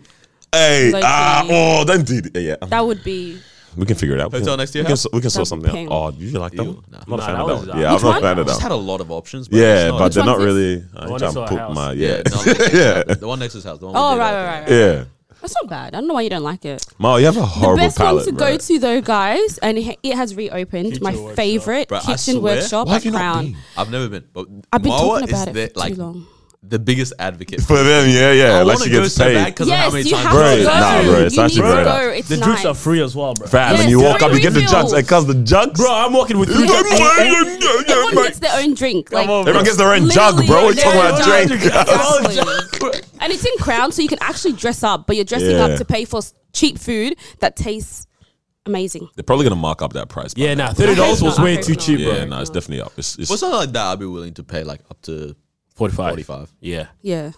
Hey, Low-key. ah, oh, don't do that. Yeah, That would be. we can figure it out. We Hotel can- next to your we can, house? so- we can sort That's something pink. out. Oh, you like that Ew, one? nah. I'm not a Nah, fan that of one's that one. out. Yeah, I'm Which not a one? fan I of just that. had one. a lot of options. But Yeah, it's but not- they're not one's this? really. I ain't one trying next to to our put house. my yeah, yeah (laughs) no, like, yeah the one next to his house. The one we Oh did, right, like, right, right. right. yeah. That's not bad. I don't know why you don't like it. Mo, you have a horrible Best palate. one to bro. go to though, guys, and it, it has reopened. Kitchen my Workshop. favorite Bro, I kitchen swear- workshop Why at have you not Crown. been? I've never been, but I've been Marwa talking is about it the, for too like long. the biggest advocate. For them, (laughs) yeah, yeah. I like want she to go gets so bad paid. because of how Yes, many you times have Bro, to go. nah, bro, it's you actually need to very go. bad. It's the nice. drinks are free as well, bro. Fam, Yes, and you walk free up, you get the refills. jugs. It cause the jugs. Bro, I'm walking with three. Everyone Everyone gets their own drink. Like on, Everyone gets their own jug, Literally, bro. We're yeah, talking about yeah, drink. yeah. Exactly. Oh, and it's in Crown, so you can actually dress up, but you're dressing Yeah. up to pay for s- cheap food that tastes amazing. They're probably gonna mark up that price. by yeah, now. nah, thirty dollars was Okay, way no, too okay, cheap, Yeah, bro. no, it's definitely up. It's, it's For something like that, I'd be willing to pay like up to. Forty-five. 45. Yeah, Yeah.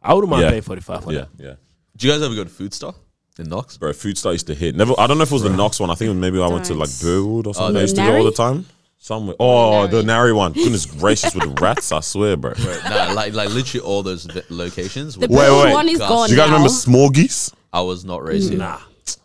I wouldn't mind Yeah. paying forty-five for yeah, that. yeah. Do you guys ever go to food store in Knox? Bro, food star used to hit. Never, I don't know if it was the Knox one. I think maybe I went to like Don't. Burwood or something. the I used to go all Nari? the time. Somewhere. Oh, the Nari. Nary one. Goodness gracious, with rats, I swear, bro. Do you nah, like like literally all those v- locations. The were- Wait, blue wait. one is Do gone. guys now. remember Smorgies? I was not raised Mm. here. Nah,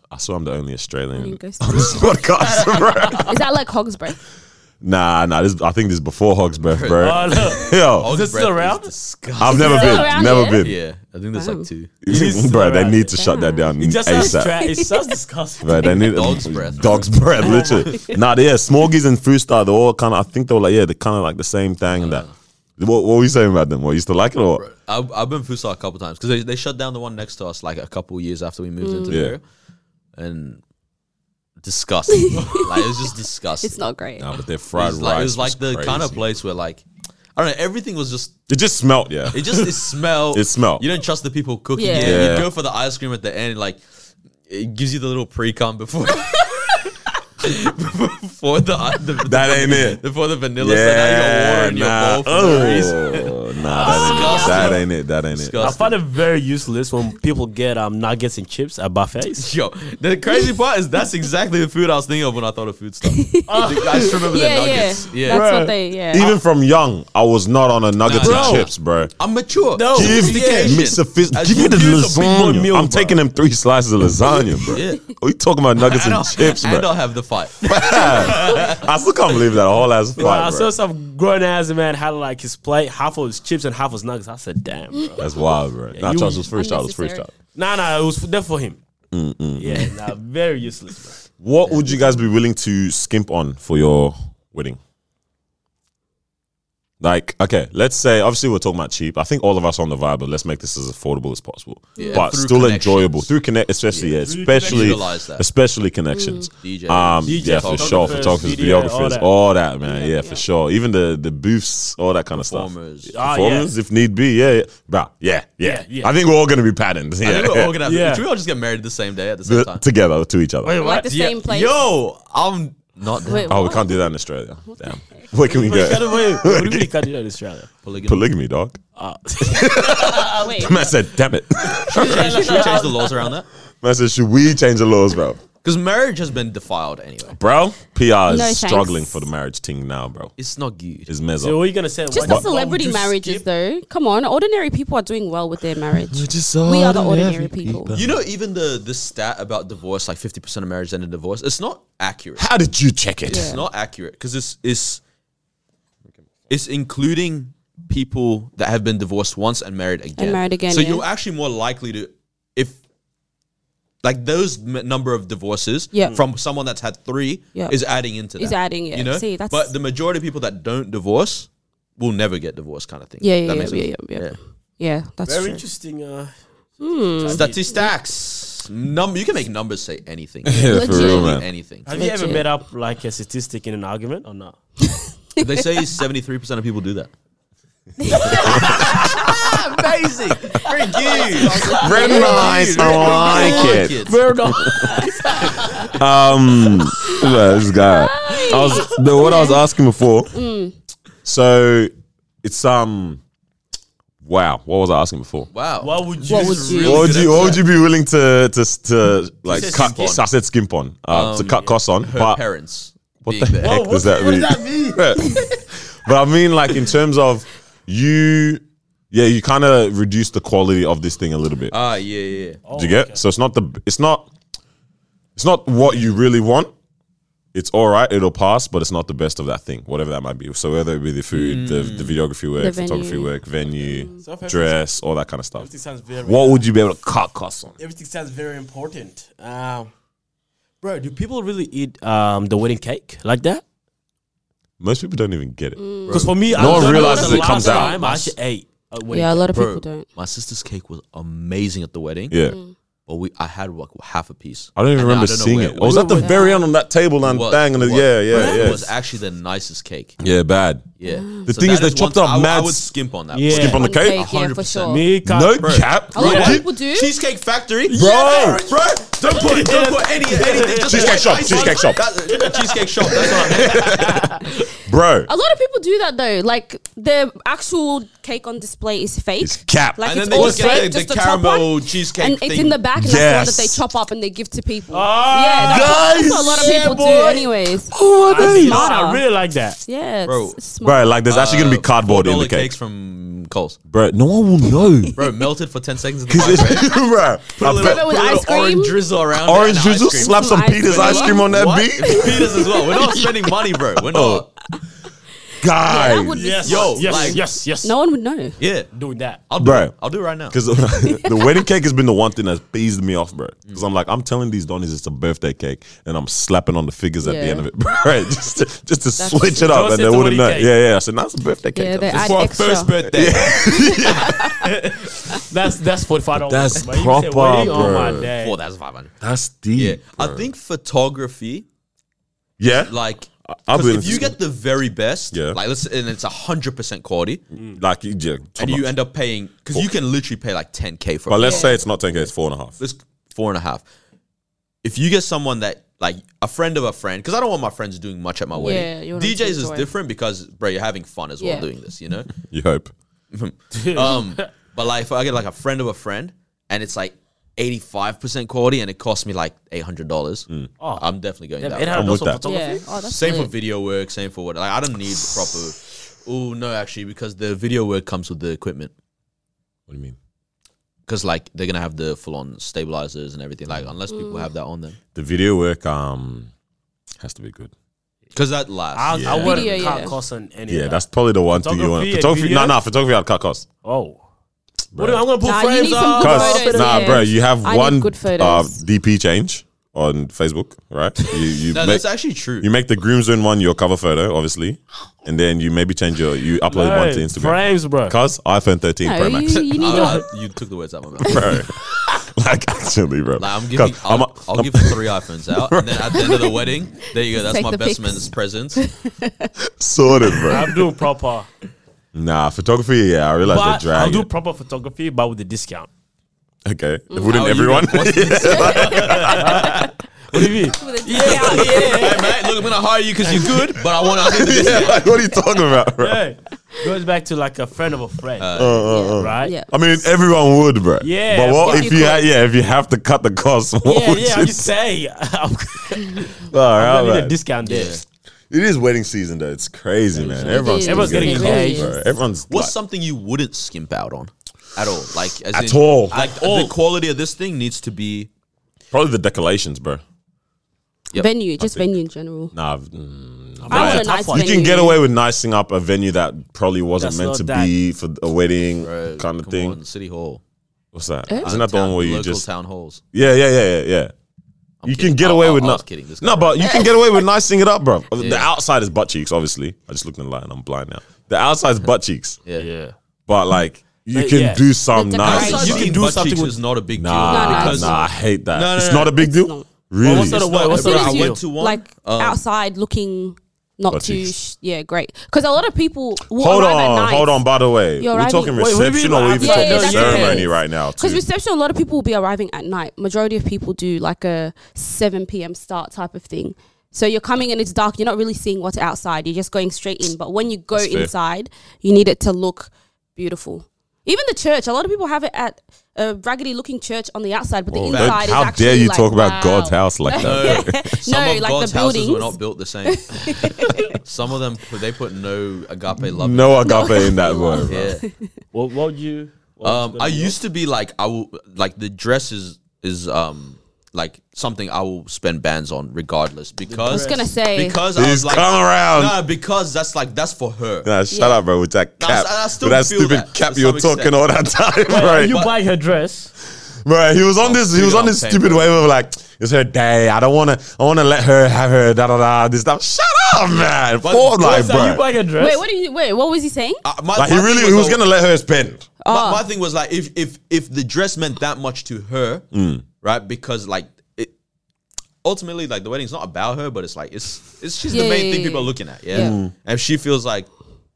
I swear I'm the only Australian Goes on this podcast, bro. Is that like Hog's breath? Nah, nah. This, I think this is before Hog's birth, bro. oh look, Yo, Is this Breath still around? disgusting. I've never Is it still been, around never here? been. Yeah, I think there's Wow. like two. (laughs) It's bro, they around need to here. shut that down it just sounds ASAP. tra- it (laughs) sounds disgusting. Bro, they need Dog's breath. Dog's (laughs) breath, literally. nah, yeah, Smorgies and Fruit Star, they're all kind of. I think they were like, yeah, they're kind of like the same thing. and that. What, what were you saying about them? What you used to like it or? what? I've, I've been Futsal a couple times because they, they shut down the one next to us like a couple years after we moved Mm. into the Yeah. area, and disgusting. (laughs) like it was just disgusting. It's not great. Nah, but their It fried was like, it was rice like the kind of crazy. place where like I don't know everything was just It just smelt, yeah. it just it smelled It smelled. You don't trust the people cooking Yeah. it. Yeah. You go for the ice cream at the end like it gives you the little pre cum before. (laughs) before the, the That ain't it. before the vanilla so now you got water Yeah, in nah. your bowl for no reason. Oh, nah, that ain't it. That ain't it. That ain't I it. Disgusting. find it very useless when people get um nuggets and chips at buffets. Yo, the crazy part is that's exactly the food I was thinking of when I thought of (laughs) food stuff. I just remember Yeah, the yeah. nuggets. Yeah. That's what Bruh. they, yeah. Even from young, I was not on a nuggets Nah, and bro. chips, bro. I'm mature. No. Give me, Sophistication. sophis- As give me you the use a big boy lasagna. meal, I'm bro. taking them three slices of lasagna, bro. Yeah. Are you talking about nuggets And and, I'll, chips, bro? and I'll have the fight. (laughs) I still can't believe that whole ass fight, Bro, I bro. saw some grown ass man had like his plate, half was chips and half was nuggets. I said, damn, (laughs) bro. That's wild, bro. nah, you- Charles was first child. Was first Unnecessary. child. nah, nah, it was there for him. Yeah, nah, very useless, What would you guys be willing to skimp on for your wedding? Like, okay, let's say obviously we're talking about cheap. I think all of us are on the vibe, but let's make this as affordable as possible, Yeah, but through still enjoyable connections. through connect, especially yeah, Through especially Utilize that. especially connections. DJ, Um, DJs, yeah, for sure, photographers, photographers, video, all videographers, that. all that, man. Yeah, for sure. Even the the booths, all that kind of stuff. performers. Ah, yeah. Performance, if need be, yeah, yeah, Bruh, yeah, yeah, Yeah, yeah. I think we're all gonna be patterned. Yeah, I think we're all gonna have Yeah. Should we all just get married the same day at the same The- time? together to each other. Like the same place. Yo, I'm not down. Wait, Oh, we what? can't do that in Australia. Damn. Where can we Wait, wait, go? wait, what do you mean (laughs) you can't do that in Australia? Ah, polygamy. Polygamy, dog. (laughs) Oh, wait. Man said, damn it. (laughs) should, we change, should we change the laws around that? Man said, should we change the laws, bro? Because marriage has been defiled anyway. Bro, PR is thanks. struggling for the marriage thing now, bro. It's not good. It's mess So up. what are you gonna say? Just Why- the celebrity why would you marriages, skip- though. Come on, ordinary people are doing well with their (laughs) marriage. We are the ordinary people. You know, even the the stat about divorce, like fifty percent of marriages end in divorce. It's not accurate. How did you check it? It's not accurate because it's it's it's including people that have been divorced once and married again. married again, So yeah. you're actually more likely to if like those m- number of divorces Yeah. from someone that's had three Yeah. is adding into that. Is adding, yeah. You know, See, that's- but the majority of people that don't divorce will never get divorced, kind of thing. Yeah, yeah, That yeah, makes yeah, sense? yeah, yeah. Yeah, that's Very true. interesting. Uh, Statistics. Num- you can make numbers say anything. (laughs) Yeah, for Legit. real, Literally man. Anything. have you ever Legit. made up like a statistic in an argument or not? They say 73% of people do that. (laughs) Amazing. Very good. Very nice. I like it. Um, yeah, this guy. I was the, what I was asking before. So it's um, wow. What was I asking before? Wow. What would you? What would you- What would you what would you be willing to to, to like said cut skimp on. I said skimp on uh, to cut costs on? Her but parents. what being the there. heck what does that what mean? does that mean? (laughs) but I mean, like in terms of you, yeah, you kind of reduce the quality of this thing a little bit. Ah, yeah, yeah, yeah. Do you get? So it's not the it's not it's not what you really want. It's all right. It'll pass, but it's not the best of that thing, whatever that might be. So whether it be the food, the, the videography work, The photography venue. work, venue, Self-efficacy. dress, all that kind of stuff. Everything sounds very. What would you be able to cut costs on? Everything sounds very important. Um, bro, do people really eat um the wedding cake like that? Most people don't even get it. Because for me, I No one don't know realizes the it comes last out. Time I uh, actually ate. a wedding (laughs) Yeah, a cake. lot of Bro, people don't. my sister's cake was amazing at the wedding. Yeah. But we, I had like half a piece. I don't even And remember don't know seeing where it. I was at the very end on that table and was, bang, and it the, was. yeah, Bro, yeah, It yeah. was actually the nicest cake. Yeah, bad. Yeah. The thing that is they one chopped thing up I would- I mad would s- skimp on that. Yeah. Skip on the Cake, cake. yeah, for sure. Me, can't- No bro. cap. A lot of Legit. people do. Cheesecake Factory, Bro. bro, don't put, don't put any, anything. just Cheesecake like shop, ice cheesecake on- shop. that- cheesecake shop. That's what I meant. Bro. A lot of people do that though. Like the actual cake on display is fake. It's cap. Like And it's then they all just get fake, the- just the the, top caramel one, cheesecake and it's thing. in the back, and that's the one that they Yes. chop up and they give to people. Ah, yeah, that's, guys. what, that's what a lot of Yeah, people boy. do, anyways. I, Smarter. I really like that. Yeah, it's, Bro. it's smart. Bro, like there's actually gonna be cardboard in the $4 cake. Uh, cakes from Coles. Bro, no one will know. (laughs) (laughs) Bro, melted for 10 seconds in (laughs) the Cause it's, microwave. (laughs) bro, I Put a bet- bit little, put a with little ice cream. orange drizzle around. it and orange ice drizzle, cream. slap some Ice Peter's cream. ice cream on that What? beat, (laughs) Peters as well. (laughs) We're not spending money, bro. We're Oh. not. guys. would be- Yes, Yo, (laughs) yes, like- yes, yes. No one would know. Yeah, doing that. I'll do Bro. it. I'll do it right now. Because (laughs) the wedding cake has been the one thing that's pissed me off, bro. Because I'm like, I'm telling these Donnies it's a birthday cake, and I'm slapping on the figures at the Yeah. end of it, (laughs) bro, just to, just to switch it up, Don't and say they it's a wouldn't know. wedding cake. Yeah, yeah. I said, no, it's a birthday cake. Yeah, they I'm add For our extra. first birthday. That's that's forty five dollars. That's But you said proper, wedding Oh on my bro. day. Four thousand five hundred. That's Yeah, deep. I think photography, Yeah, like, like, I'll be 'cause if honest. you get the very best, Yeah. like, let's and it's hundred percent quality, like you- yeah, and top you notch. end up paying because you can literally pay like ten k for. But a let's photo. say it's not 10k, it's four and a half. let's four and a half. If you get someone that like a friend of a friend, because I don't want my friends doing much at my Yeah, you wedding. want them to DJs is enjoy. different because bro, you're having fun as well Yeah. doing this, (laughs) you know. You hope. um, but like if I get like a friend of a friend, and it's like eighty five percent quality, and it costs me like eight hundred dollars, Mm. Oh. I'm definitely going that. It route. had I'm also with that. photography. Yeah. Oh, that's Same for lit. video work, same for what. Like I don't need the proper. Oh no, actually, because the video work comes with the equipment. What do you mean? Because like they're gonna have the full on stabilizers and everything. Like unless people Mm. have that on them, The video work um has to be good. because that lasts. I, I wouldn't Video, cut yeah. costs on any. Yeah, of that. that's probably the one thing you want. Photography, Photography and no, videos? no, photography I'd cut costs. oh. What, am I- I'm gonna put Nah, you frames need some up. good Cause photos, nah, yeah. bro, you have I need one good uh, photos. DP change. on Facebook, right? You (laughs) you No, make that's actually true. you make the groom zone one your cover photo, obviously, and then you maybe change your you upload one to Instagram. Frames, bro. Cause iPhone 13 No, Pro you, Max, you need Uh, your. (laughs) you took the words out of my mouth. (laughs) bro. like actually, bro. (laughs) Like I'm giving, 'Cause I'll, I'm a- I'll, give three iPhones out, and then at the end (laughs) of the wedding, there you go. That's Take my the best pics. man's (laughs) present. sorted, bro. I'm doing (laughs) proper. nah, photography. Yeah, I realize they're But I'll dragging. do proper photography, but with a discount. okay, wouldn't How are you everyone? (laughs) gonna post this? What do you (laughs) mean? With a yeah, Hey, mate, look, I'm gonna hire you because you're good, but I want to. I (laughs) think yeah, like, what are you talking about, bro? hey, goes back to like a friend of a friend, Uh, right? (laughs) yeah. I mean, everyone would, bro. Yeah, but what if if you you? Ha- yeah, if you have to cut the cost, (laughs) what Yeah, would yeah, you (laughs) I'm just saying. I'm (laughs) All right, gonna need a man. discount there. this- It is wedding season though. It's crazy, man. Everyone's is. Everyone's getting getting engaged. bro. Everyone's What's like, something you wouldn't skimp out on at all? Like as At in- all. Like the quality of this thing needs to be. probably the decorations, bro. Yep. venue, just venue in general. Nah, mm, nah. I want a You nice can venue. get away with nicing up a venue that probably wasn't That's meant not to that. be for a wedding uh, kind of come thing. on, City Hall. What's that? not that the Town- one where you local just? town halls? Yeah, yeah, yeah, yeah, yeah. I'm you kidding. can get I- away I- with I was not. kidding. This No, guy- but you can get away with nicing it up, bro. The (laughs) Yeah. outside is butt cheeks, obviously. I just looked in the light and I'm blind now. The outside's butt cheeks, yeah. but like you But can yeah. do some The nice. decorations. stuff. You You can can do do butt something cheeks with- is not a big deal Nah, because no. nah, I hate that. No, no, it's no, not a big deal. not. Really? what's the It's other way? What's As the soon other as I you went to one. like um, outside looking not Got too you. sh- yeah great because a lot of people will Hold arrive at on, night. hold on. By the way, You're we're arriving- talking Wait, what do you reception, mean or by we're even Yeah, talking yeah, that's ceremony it. right now. Because too. reception, a lot of people will be arriving at night. Majority of people do like a 7 p.m. start type of thing. So you're coming and it's dark. You're not really seeing what's outside. You're just going straight in. But when you go That's fair. inside, you need it to look beautiful. Even the church, a lot of people have it at a raggedy looking church on the outside, but Oh, the Whoa, inside don't- is how actually dare you like, talk about wow. God's house like that? bro. Some no, of like God's the houses were buildings. not built the same. (laughs) Some of them they put no agape love. (laughs) in no agape in that word. bro. Yeah. What, what would you? what would Um, you I do? used to be like I will like the dress is is um like something I will spend bands on regardless because I was gonna say. because I He's was like come around. nah because that's like that's for her. Nah, shut up, bro. With that Nah, I- cap, I still with that feel stupid that cap to you're some talking extent. all that time, Are right? you buy her dress? Right, he was on this. He was dude, on I'm this saying, stupid bro. wave of like, it's her day. I don't want to. I want to let her have her da da da. This stuff. Shut up, man. Forward life, Wait, are you bro. buy her dress? Wait, what do you? Wait, what was he saying? Uh, my, Like my he thing really, he was though- gonna let her spend. Ah. My, my thing was like if if if the dress meant that much to her, right? Because like it ultimately like the wedding's not about her, but it's like it's it's she's the Yeah, main yeah, thing yeah, people are yeah. looking at. Yeah. Yeah. And if she feels like,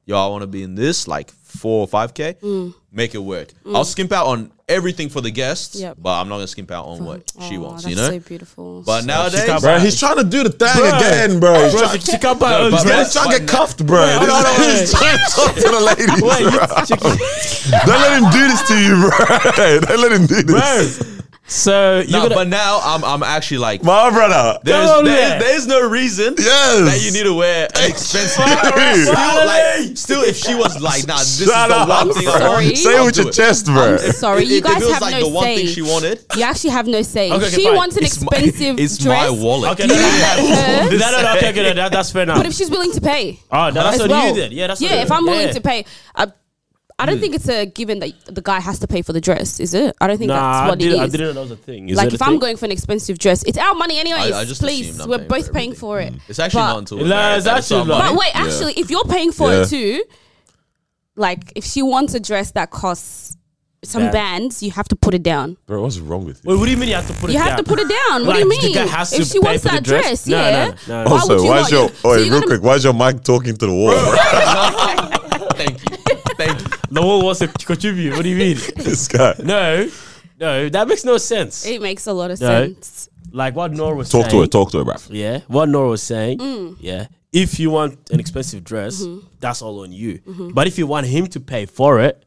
yo, I want to be in this, like four or five K, Mm. make it work. I'll skimp out on everything for the guests, Yep. but I'm not gonna skimp out on what she Aw, wants, Oh, that's you know? so beautiful. but nowadays, can't Bro, he's trying to do the thing Bro. again, bro. He's Bro, trying- she, she can't buy her No, own Man, but- he's dress. trying to Wait, get cuffed, bro. wait, hold on, hold on, He's trying to talk to the ladies. Wait, you- bro. she can't- Don't let him do this to you, bro. (laughs) Don't let him do this. bro. So nah, you're gonna but now I'm I'm actually like My brother. there's, Go there's there. there's no reason Yes. that you need to wear an expensive Dude. still, like, still, if she was like, nah, this is Shut the up, one thing I bro. Sorry. want. Say it I'll with do your it. chest, bro. Sorry, If- you if guys it was have like no the one say. thing she wanted. you actually have no say. Okay, okay, she fine. wants an it's my- expensive it's my dress. wallet. okay. (laughs) No, no, no, okay, okay, no, that, that's fair enough. But if she's willing to pay, Oh, that's as what well. you did. Yeah, that's what you yeah. If did. I'm willing Yeah. to pay, I, I Hmm. don't think it's a given that the guy has to pay for the dress, is it? I don't think nah, that's what I, did, it is. I didn't know that was a thing. Is like it a if I'm thing? going for an expensive dress, it's our money anyways. I just please, assumed I'm we're paying both for paying everything. for it. It's actually But- not until we're Nah, married it's that it's our actually not. money. But wait, Yeah. actually, if you're paying for Yeah. it too, like if she wants a dress that costs some That- bands, you have to put it down. Bro, what's wrong with Wait, what do you mean you have to put You it down? have to put it down. What do Like, you the mean? guy has if to she pay wants for the that dress? dress, No, no, yeah. no, no. why would Also, you why not? is your oh, So wait, you're real gonna- quick? Why is your mic talking to the wall? Bro? (laughs) (laughs) Thank you. Thank you. No one wants to contribute. What do you mean? (laughs) this guy. No, no, that makes no sense. It makes a lot of No. sense. like what Nora was Talk to saying. her. Talk to her, bro. Yeah, what Nora was saying. Mm. Yeah, if you want an expensive dress, Mm-hmm. that's all on you. But if you want him to pay for it,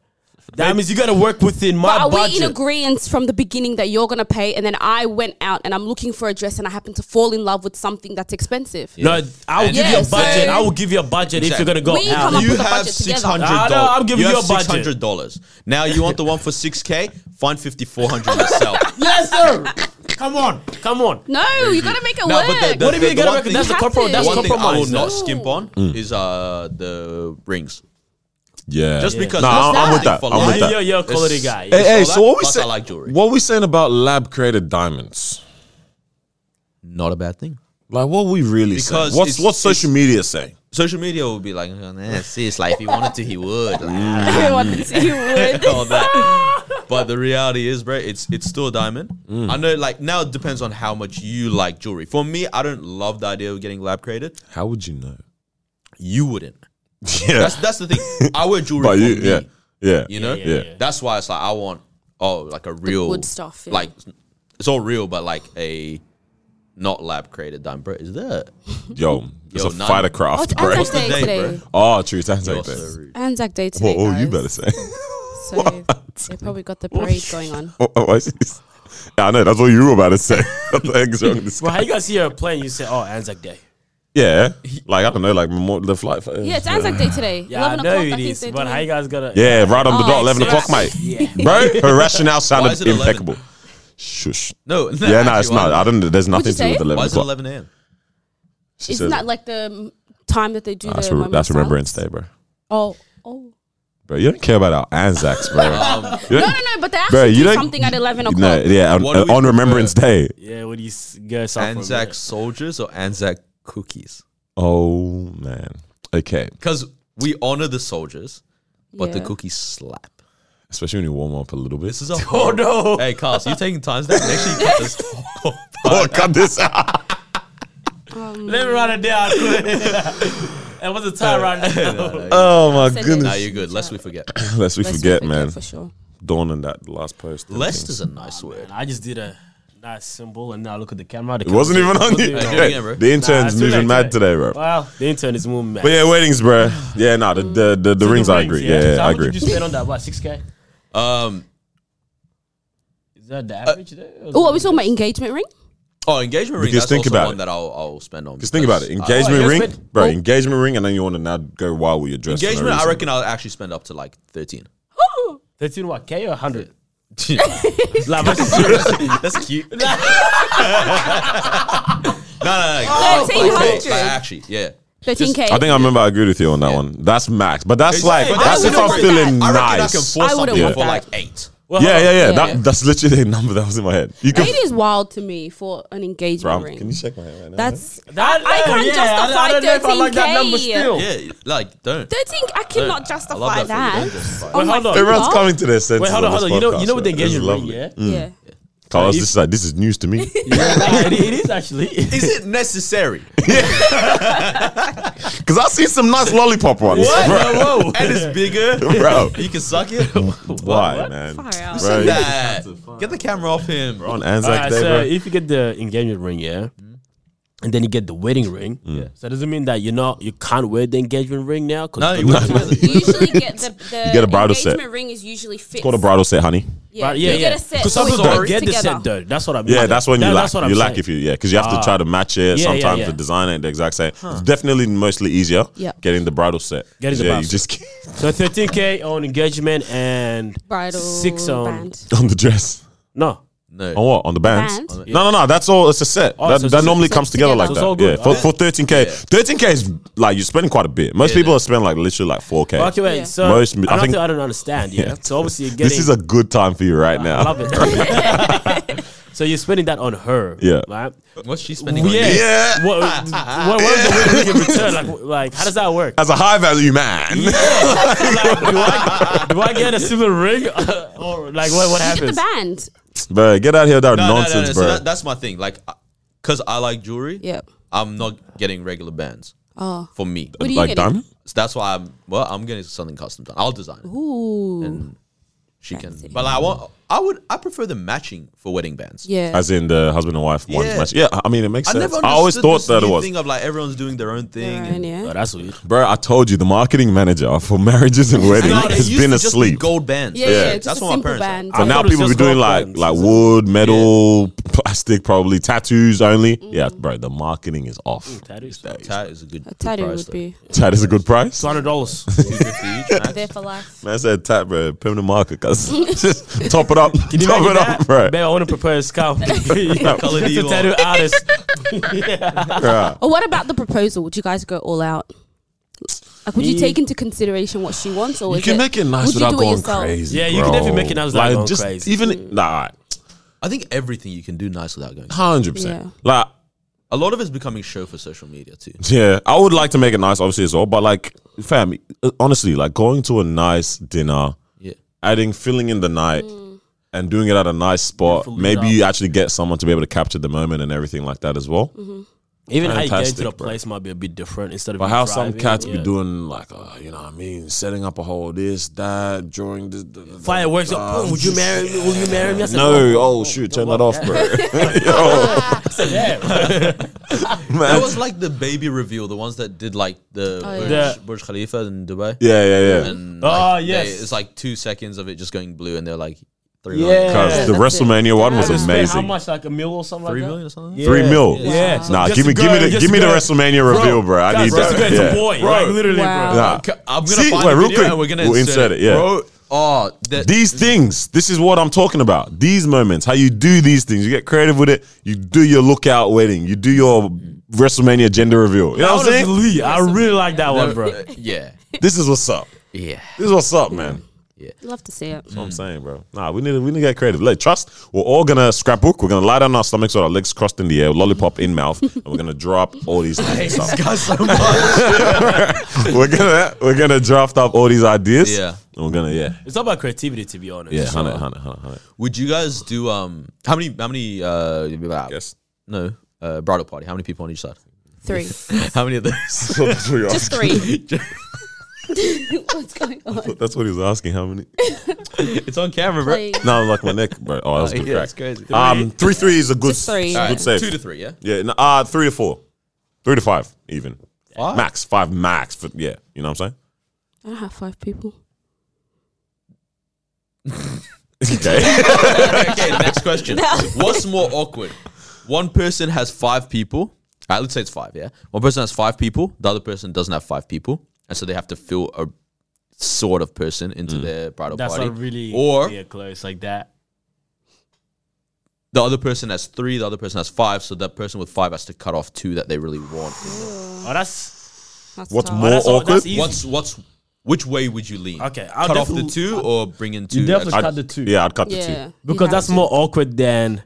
that means you got to work within my But are budget. we in agreement from the beginning that you're gonna pay, and then I went out and I'm looking for a dress, and I happen to fall in love with something that's expensive? no, I will give you Yeah, a budget. so- I will give you a budget if Exactly. you're gonna go We out. come up You with a have budget six together. hundred Ah, dollars. no, I'm giving you a budget. six hundred dollars. Now you want the one for six k? Find fifty four hundred yourself. yes, (laughs) sir. come on, come on. No, you gotta make it No, work. but the- the- (laughs) What do you mean you gotta one work? thing- That's a You have corporal. to. That's One thing I will compromise. not no? skimp on is uh the rings. Yeah. Just because Nah, that's I'm, I'm not with like that. for I'm life. with You're, that. you're, you're a quality It's- guy. Hey, hey, So so what we that- plus I say? like jewelry. What we saying about lab created diamonds? not a bad thing. Like what we really Because saying? What's it's- what's social media saying? Social media will be like, "Oh, nah, sis, like if he wanted to, he would. Like, I wanted to (laughs) you (laughs) would. all that. But the reality is, bro, it's it's still a diamond. I know, like now it depends on how much you like jewelry. For me, I don't love the idea of getting lab created. How would you know? You wouldn't. Yeah, (laughs) That's that's the thing. I wear (laughs) jewelry but for you, me. yeah, yeah, You know, yeah, yeah. That's why it's like I want oh like a real wood stuff, yeah. Like it's all real, but like a not lab created diamond, bro. Is that Yo, it's Yo, a none. fighter Oh, it's craft, bro. Anzac Day name, today. (laughs) Oh, true, that's like You're this. so rude. Anzac Day today. Whoa, oh, you guys. better say. (laughs) So they probably got the parade going on. Oh, oh, I see. yeah, I know. That's what you were about to say. (laughs) What the heck's wrong with this Well, guy? how you guys see a plane? You say, "Oh, Anzac Day." Yeah, like I don't know, like more, uh, the flight. Yeah, it's Anzac Day today. Yeah, I Eleven know o'clock. I it think is. they're But how doing- you guys gotta? Yeah, right on the Oh, dot, eleven o'clock, mate. it's- Bro, her rationale Why is sounded it 11? impeccable. Shush. No, (laughs) Yeah, no, it's not. I don't. There's nothing you to do with say? eleven Why is it o'clock. eleven a.m.? She Isn't said- that like the mm, time that they do that's the re- moment that's of remembrance silence? day, bro. Oh, oh. Bro, you don't care about our Anzacs, (laughs) Um, bro. You No, don't- no, no. But they actually Bro, you do don't- something at eleven o'clock. no, yeah, on, What do uh, we on prefer? Remembrance Day. Yeah, what do you s- guys up for, Anzac man? soldiers or Anzac cookies? Oh man. Okay, Because we honor the soldiers, but the Yeah. cookies slap. especially when you warm up a little bit. (laughs) This is a Oh horrible. no! Hey, Carl, so you taking time stamp? Make sure you cut this. (laughs) (laughs) whole oh, cut this out. Um, Let me run it down. quick. (laughs) (laughs) and what's the time right now? Oh my Send it. goodness. No, you're good. Lest we forget. Lest we Let's forget, not man. for sure. Dawn and that last post. and Lest things. is a nice word. I just did a nice symbol, and now look at the camera. The It wasn't even on you. do it again, bro. the intern's Nah, too moving late, mad too today, bro. Wow, the intern is moving mad. But yeah, weddings, bro. Yeah, no, the the the, the rings, I agree. Yeah, yeah, so I how agree. Much did you spend on that? What six k? Um. Is that Uh, the average? there? Oh, are we talking about engagement ring? Oh, engagement ring. Because That's think also about one it. that I'll, I'll spend on. Just think about it. because, uh, Engagement Oh, ring, engagement. bro. Engagement ring, and then you want to now go wild with your dress. for no engagement. I reason. reckon I'll actually spend up to like thirteen. Oh. Thirteen what k or hundred? That's (laughs) cute. no, no, no. no. Oh, Thirteen Like, hundred. actually, yeah. Thirteen k. I think I remember I agreed with you on that one. That's max, but that's It's- like but that's I if I'm wouldn't want feeling I reckon I can nice. force I wouldn't something want for that. like eight. Well, Yeah, yeah, yeah. Yeah. That, that's literally the number that was in my head. You can, It is wild to me for an bro. engagement ring. Can you check my head right now? That's That, I can't yeah, justify I, I don't know if I like that 13K. number still. Yeah, like don't. thirteen. I I cannot love justify that for you. Don't that. justify it. Oh Wait, my hold on. God. Everyone's coming to their senses. Wait, hold on, this hold on. You know, you podcast, know what the bro. This is engagement ring? lovely. (laughs) Yeah, Yeah. Carlos, If- this is like this is news to me. yeah it, it is actually. (laughs) Is (laughs) it necessary? Because I've seen some nice lollipop ones. Whoa, whoa. (laughs) and it's bigger, Bro. You can (laughs) suck it. Why, man? Far out. Bro, Bro, that. Get the camera off him, we're Mm. bro. on Anzac Alright, Day, so bro. (laughs) if you get the engagement ring, yeah, and then you get the wedding ring, yeah. So it doesn't mean that you're not you can't wear the engagement ring now. 'cause- No, you wouldn't wear You the- usually get (laughs) the, the Mm. get a bridal set. engagement ring is usually fixed. Called a bridal set, honey. Yeah, Right, yeah, you yeah. get a set. Because so some it's people don't put get the together. set though. That's what I mean. Yeah, that's when you That- lack. that's what I'm you lack saying. Ah. if you yeah, because you have to try to match it. yeah, Sometimes yeah. the design ain't the exact same. It's definitely mostly easier. Yeah. getting the bridal set. Getting the yeah, bridal you just get (laughs) So 13k on engagement and Bridal six on band. on the dress. no. On No. what? On the bands? Band? On No, no, no. That's all. It's a set. Oh, that so it's that just- normally so comes it's together, together. like it's So that. all good. Yeah, for, for 13k. 13k is like you're spending quite a bit. Most people are spending like literally like 4k. Okay, wait. Yeah. So Most- I another think- thing I don't understand. Yeah. Yeah. So obviously you're getting. (laughs) This is a good time for you right now. I love (laughs) it. so you're spending that on her. Yeah. Right. What's she spending? Yeah. on? Yeah. What, what, what is the win-win in return? Like, like, how does that work? As a high value man, Like, do, I, do I get a silver ring, (laughs) or like what? What You get the happens? band. bro, get out here with that No, nonsense, no, no, no. bro. So that, that's my thing. Like, because I like jewelry, Yeah. I'm not getting regular bands Oh. for me. What do you like getting? diamond. So that's why I'm, well, I'm getting something custom done. I'll design it. Ooh. And she can. Fancy. But like, I want, I would, I prefer the matching for wedding bands. yeah. As in the husband and wife one Yeah. match. Yeah, I mean it makes I sense. never I always understood thought this that it new was. thing of like everyone's doing their own thing. Right, and- Oh, yeah. that's weird. Bro, I told you the marketing manager for (laughs) marriages and weddings No, it has used been to just be asleep. Gold bands. Yeah, yeah, Yeah. just That's a what my simple parents band. So I now thought it was people be just doing gold like plans. like wood, metal, plastic, probably tattoos only. Mm. Yeah, bro, the marketing is off. Tattoos. Tat is a good. A good tattoo price, would be Tat is a good price. Two hundred (laughs) dollars. though. (laughs) 250 each, max. there for life. Man said tat, bro, permanent marker, (laughs) cuz (laughs) just top it up, Can you top it imagine up, that? bro. Babe, I want to (laughs) propose (laughs) Cal. colour do It's you a want? tattoo artist. Bro, Or Oh, what about the proposal? Would you guys go all out? Like, would you Me- take into consideration what she wants, or You Oh, is can it- make it nice would you without do it going yourself? crazy. Yeah, you can bro. definitely make it nice without going just crazy. Even nah, I think everything you can do nice without going. hundred Yeah. percent. Like A lot of it's becoming show for social media too. Yeah, I would like to make it nice, obviously as well. But like, fam, uh, honestly, like going to a nice dinner, Yeah. adding filling in the night, Mm. and doing it at a nice spot. Beautiful Maybe job. you actually get someone to be able to capture the moment and everything like that as well. Mm-hmm. Even how you get Fantastic, into the bro. place might be a bit different instead of But you how some driving, cats yeah. be doing like, uh, you know, what I mean, setting up a whole this that during this. the- the- fireworks. oh, Uh, would you marry me? Will you marry me? I said, No, oh, oh, shoot, turn that off, (laughs) bro. (laughs) Yo, (laughs) yeah. That man. was like the baby reveal, the ones that did like the Oh, Burj, yeah. Burj Khalifa in Dubai. Yeah, yeah, yeah. (laughs) And Oh, like, they- yes. it's like two seconds of it just going blue, and they're like three Yeah. million, Because the That's it. WrestLMania one was Yeah. Spend How amazing. much? Like a meal or something three like that? million or something. Yeah. Three mil. Yeah. Uh, Nah, Just give me, to give me go, the, just give me to the go. WrestLMania reveal, bro. I need Bro, that. it's yeah. a boy. Bro. Like literally, Wow. bro. Nah. Okay, I'm gonna See, find wait, the real video quick, and we're gonna we'll insert insert, it. it, yeah. Bro, oh, that, These things, this is what I'm talking about. These moments, how you do these things, you get creative with it. You do your lookout wedding, you do your WrestleMania gender reveal. You know what I'm saying? Honestly, I really like that the- one, bro. yeah, This is what's up. yeah. This is what's up, man. Love to see it. That's what I'm saying, bro. Nah, we need to, we need to get creative. Let trust. We're all gonna scrapbook. We're gonna lie down on our stomachs with our legs crossed in the air, lollipop in mouth, and we're gonna drop all these (laughs) things up. Guys, so much. (laughs) We're gonna we're gonna draft up all these ideas. Yeah. and we're gonna yeah It's all about creativity, to be honest. yeah So, hundred hundred hundred hundred. Would you guys do um? How many? How many? Uh, (laughs) Yes. no, uh, bridal party. How many people on each side? (laughs) Three. How many of those? Just three. (laughs) What's going on? That's what he was asking. How many? (laughs) it's on camera, bro. Please. No, like my neck, bro. Oh, that was a good yeah, crack. it's crazy. Um, three three is a good Just three. s- Alright, good save. Two to three, yeah. yeah, no, uh, three to four, three to five even. Five? Max five max. For, yeah, you know what I'm I don't have five people. saying. Okay. okay, next question. What's more awkward? One person has five people. All right, let's say it's five, yeah? One person has five people. The other person doesn't have five people. And so they have to fill a sort of person Mm. into their bridal That's party. not really or yeah, close like that. the other person has three, the other person has five. So that person with five has to cut off two that they really want. Oh, that's That's What's tough. more that's all- awkward? that's easy. What's, what's, which way would you lean? Okay, I'll cut off the definitely- two or bring in two? you definitely extra? cut the two yeah, I'd cut the two. Yeah. because you that's have more awkward than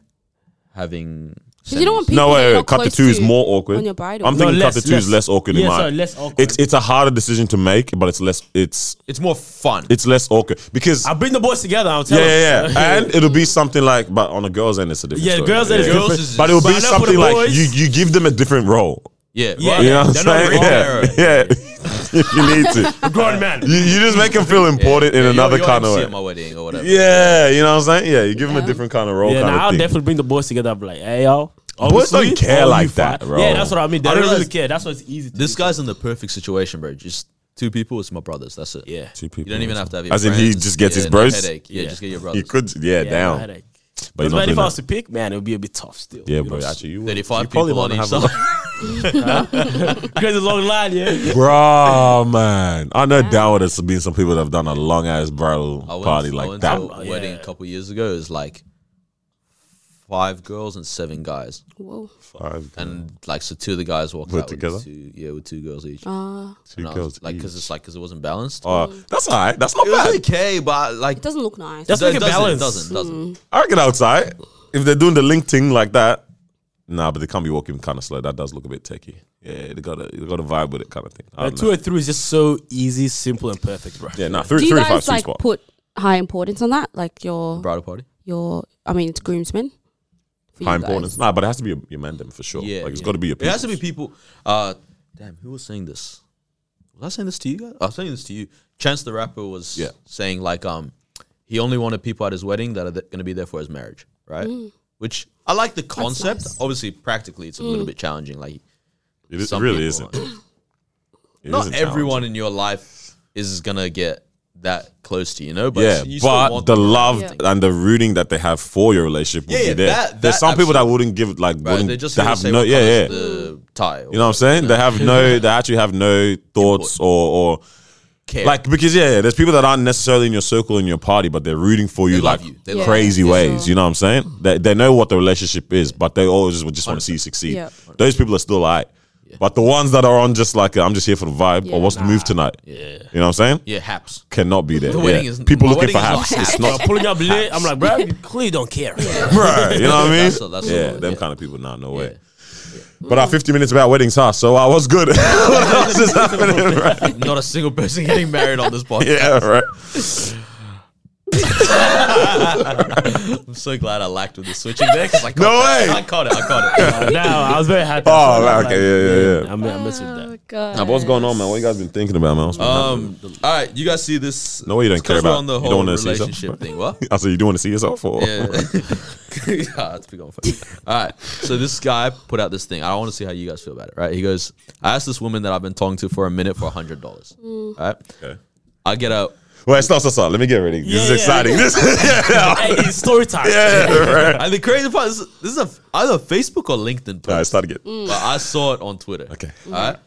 having. to. 'Cause You don't want people No, that wait, you're wait. not Cut the close two is to more awkward. on your bridal. I'm No, thinking less, cut the two is less less. awkward in Yeah, mine. sorry, less awkward. It's it's a harder decision to make, but it's less it's It's more fun. it's less awkward because I bring the boys together. I'll tell yeah, them. yeah, (laughs) yeah, and it'll be something like, but on a girl's end, it's a different. Yeah, story. girls' end is Girls is- but it'll but I be know for something the like boys- you you give them a different role. yeah. Yeah. right. You know what I'm They're not saying? wrong Yeah, yeah. if (laughs) you need to, grown man. you, you just make them feel important in Yeah, another you're- you're kind MC of at my way. wedding or whatever. Yeah, you know what I'm saying? Yeah, you give them Yeah. a different kind of role. Yeah, kind nah, I'll of thing. definitely bring the boys together. I'm like, hey, y'all. Boys don't care like that, bro. Yeah, that's what I mean. They I don't really realize- care. That's why it's easy. To This do. guy's in the perfect situation, bro. Just two people. It's my brothers. That's it. yeah, Two people. You don't even have to have your As in, he friends, just gets yeah, his no bros. headache. Yeah, just get your He brothers. could, yeah, yeah, no down. headache. But he's But not if doing I was that. to pick, man, it would be a bit tough still. Yeah, You bro. know, Actually, you would- you Thirty-five probably people on wanna each have a- side. (laughs) crazy long line. Yeah, (laughs) Bruh, man. I know down with us been some people that have done a long ass bridal I went, party I oh, like went that. to a wedding a couple years ago. It was like five girls and seven guys, Whoa. Five and like so two of the guys walked Were out together? with two, yeah, with two girls each. Uh, two And I was girls. like each. because it's like because it wasn't balanced. Uh, that's all right. That's not Mm. it was bad. okay, but like it doesn't look nice. That's- it make it doesn't, balanced. doesn't doesn't. I reckon outside, if they're doing the link thing like that, nah, but they can't be walking kind of slow. That does look a bit techie. Yeah, they got a they got a vibe with it kind of thing. I Uh, don't two know. or three is just so easy, simple, and perfect, bro. Yeah, nah, three, Do you three to five, guys sweet like spot. put high importance on that? Like your Bridal party. your I mean it's groomsmen. For you High guys. importance. Nah, but it has to be your, your man them for sure. Yeah, like it's yeah. got to be your. It has to be people's. people. Uh, damn, who was saying this? Was I saying this to you guys? I was saying this to you. Chance the rapper was Yeah. saying like um, he only wanted people at his wedding that are going to be there for his marriage, right? Which I like the concept. nice. Obviously, practically, it's a little bit challenging. Like, It, is- it some really people isn't. aren't. It not isn't everyone in your life is gonna get that close to you, you know. But Yeah, you still but want the them around. love Yeah. and the rooting that they have for your relationship will Yeah, yeah, be there. that- There's that some people that wouldn't give like Right, wouldn't they just they have have say no yeah yeah. the tie. Or You know what I'm saying? They have (laughs) no, they actually have no thoughts or, or care. like because yeah, yeah, there's people that aren't necessarily in your circle in your party, but they're rooting for you love like you. They love crazy you. Yeah, ways. sure. You know what I'm saying? They, they know what the relationship is, but they always just, just want to see you succeed. Yeah. Those people are still like, but the ones that are on just like I'm just here for the vibe Yeah. or what's the move tonight? Yeah, you know what I'm saying? yeah, haps. Cannot be there. The Yeah. wedding is- people my looking for wedding is haps. not It's (laughs) haps. not, (laughs) Pulling up lit, I'm like, bro, you clearly don't care. bro. You know what I mean? That's- that's yeah, all, them yeah. kind of people. Nah, no way. Yeah. But our 50 minutes about weddings, huh? So I was good. (laughs) what else is happening, (laughs) right? Not a single person getting married (laughs) on this podcast. Yeah, right. I'm so glad I lacked with the switching there. (laughs) 'cause I caught No that. way. I caught it. I caught (laughs) (laughs) it. no, I was very happy. Oh, right, okay, yeah, yeah, yeah. I, mean, I messed with that. Oh, God. Nah, but what's going on, man? What you guys been thinking about, man? What's been happening? Um, all right, you guys see this? No, you don't it's care 'cause we're about- on the you don't whole wanna see yourself, relationship right? (laughs) thing. What? I said, you do want to see yourself or? (laughs) Yeah. (laughs) yeah, it's been going for. All right. So this guy put out this thing. I want to see how you guys feel about it. Right? He goes, I asked this woman that I've been talking to for a minute for hundred dollars. Right? Okay. I get out. Wait, stop, stop, stop. Let me get ready. This is (laughs) yeah. exciting. This, yeah, Hey, it's story time. yeah, right. (laughs) And the crazy part is, this is a, either Facebook or LinkedIn All right, post. start again. but I saw it on Twitter. Okay. All right.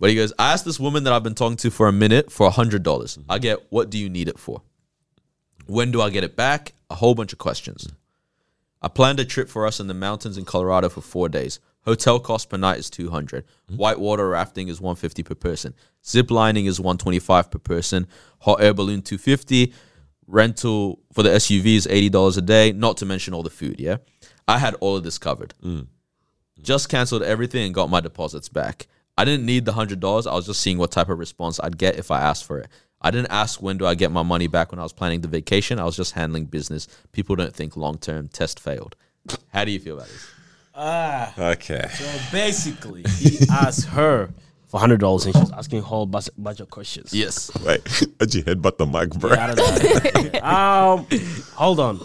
But he goes, I asked this woman that I've been talking to for a minute for $100. dollars I get, what do you need it for? When do I get it back? A whole bunch of questions. I planned a trip for us in the mountains in Colorado for four days. Hotel cost per night is 200. Whitewater rafting is 150 per person. Zip lining is 125 per person. Hot air balloon 250. Rental for the SUV is $80 a day, not to mention all the food, yeah? I had all of this covered just canceled everything and got my deposits back. I didn't need the hundred dollars. I was just seeing what type of response I'd get if I asked for it. I didn't ask when do I get my money back when I was planning the vacation. I was just handling business. People don't think long term. Test failed. How do you feel about this? Ah, Okay. so basically, (laughs) he asked her for hundred dollars, and she was asking a whole bus- bunch of questions. Yes. Wait, (laughs) did you headbutt the mic, bro? I don't (laughs) know. um, hold on.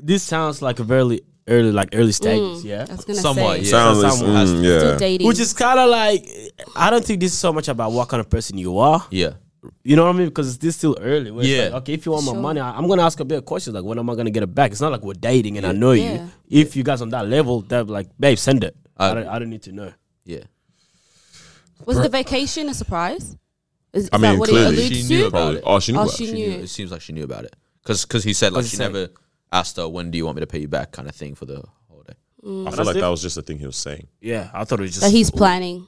This sounds like a very early, like early stages, yeah. Mm. I was gonna Somewhat, say. yeah. Sounds Yeah, like, someone has mm, to yeah. Still dating. Which is kind of like, I don't think this is so much about what kind of person you are. Yeah. You know what I mean? Because it's this still early. where it's Yeah. like, okay, if you want my Sure. money, I, I'm gonna ask a bit of questions like, when am I gonna get it back? It's not like we're dating and I know Yeah. you. If you guys on that level, they're like, babe, send it. I, Uh, don't, I don't need to know. Yeah. was the vacation a surprise? Is, is I mean, that what clearly. it alludes She to? knew Probably. about Oh, she knew Oh, about it. she She knew. knew. It seems like she knew about it because he said like What's she it say? never asked her when do you want me to pay you back kind of thing for the holiday. I feel That's like it. that was just a thing he was saying. Yeah, I thought it was just That he's planning.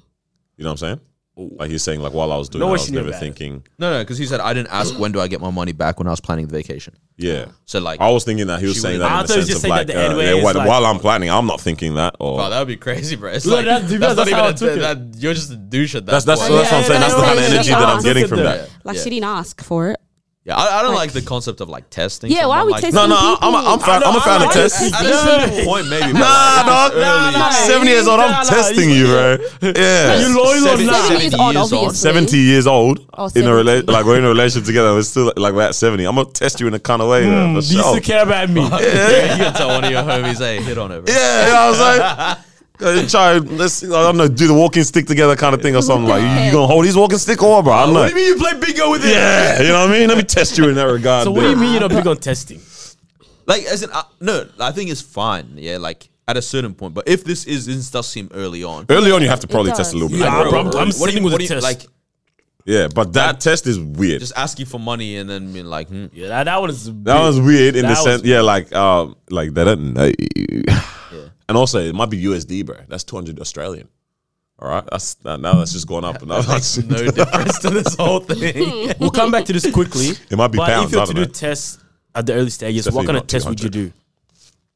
You know what I'm saying? Like he's saying, like while I was doing, No it, I one was should know never about it. thinking. No, no, because he said I didn't ask when do I get my money back when I was planning the vacation. Yeah, So like, I was thinking that he was She saying would've- that in I the thought he sense was just of saying like, that the uh, end way yeah, is while, like- while I'm planning, I'm not thinking that. Or wow, that would be crazy, bro. It's No, like that's- that's, that's not how I even a, took it. that, you're just a douche at that. that's that's, point. that's what I'm saying. Yeah, That's the yeah, kind of yeah, energy yeah. that I'm getting from Yeah. that. Like Yeah. she didn't ask for it. Yeah, I, I don't like, Like- the concept of like testing. Yeah, someone why are we like testing No, no, I- I'm a, people? I'm, fan, I I'm a know, fan I of know. tests. I just No. see the (laughs) point, maybe. bro. Nah, Like, dog. it's Nah, early. nah. Seven years old. Nah, I'm nah, testing you- you, bro. (laughs) Yeah. You loyal or Seven- not? Seventy is odd, years old. obviously. 70 years old Oh, in a 70. rela- like we're in a relationship together we're still like we're at 70 I'm gonna test you in a kind of way man, for Hmm, Do you sure. still care about me? Yeah, (laughs) you can tell one of your homies, hey, hit on it. Bro. Yeah, you know what (laughs) I'm saying? Go Try, let's, I don't know, do the walking stick together kind of thing or something. Like, you, you gonna hold his walking stick or, bro? I don't What do you know. mean you play bingo with it? Yeah, you know what I mean? Let me test you in that regard. so what do you dude. mean you're not big on testing? Like, as in, uh, no, I think it's fine. Yeah, like at a certain point. But if this is, this does seem early on. Early on, you have to probably does. test a little bit. Yeah, Yeah, I'm- Bro, I'm what do you- sitting with what a do you- test. Like, but that test is weird. just asking for money and then being like, hmm. Yeah, that, that one is. that was weird in That the was sense, yeah, like, um, like they don't know you. (laughs) And also, it might be USD, bro. That's 200 Australian. All right, that's that, now that's just going up. Now (laughs) that's- no (laughs) difference to this whole (laughs) thing. we'll come back to this quickly. It might be but pounds, if you I were to don't do know. tests at the early stages, Definitely what kind not of test would you 200. do? (laughs)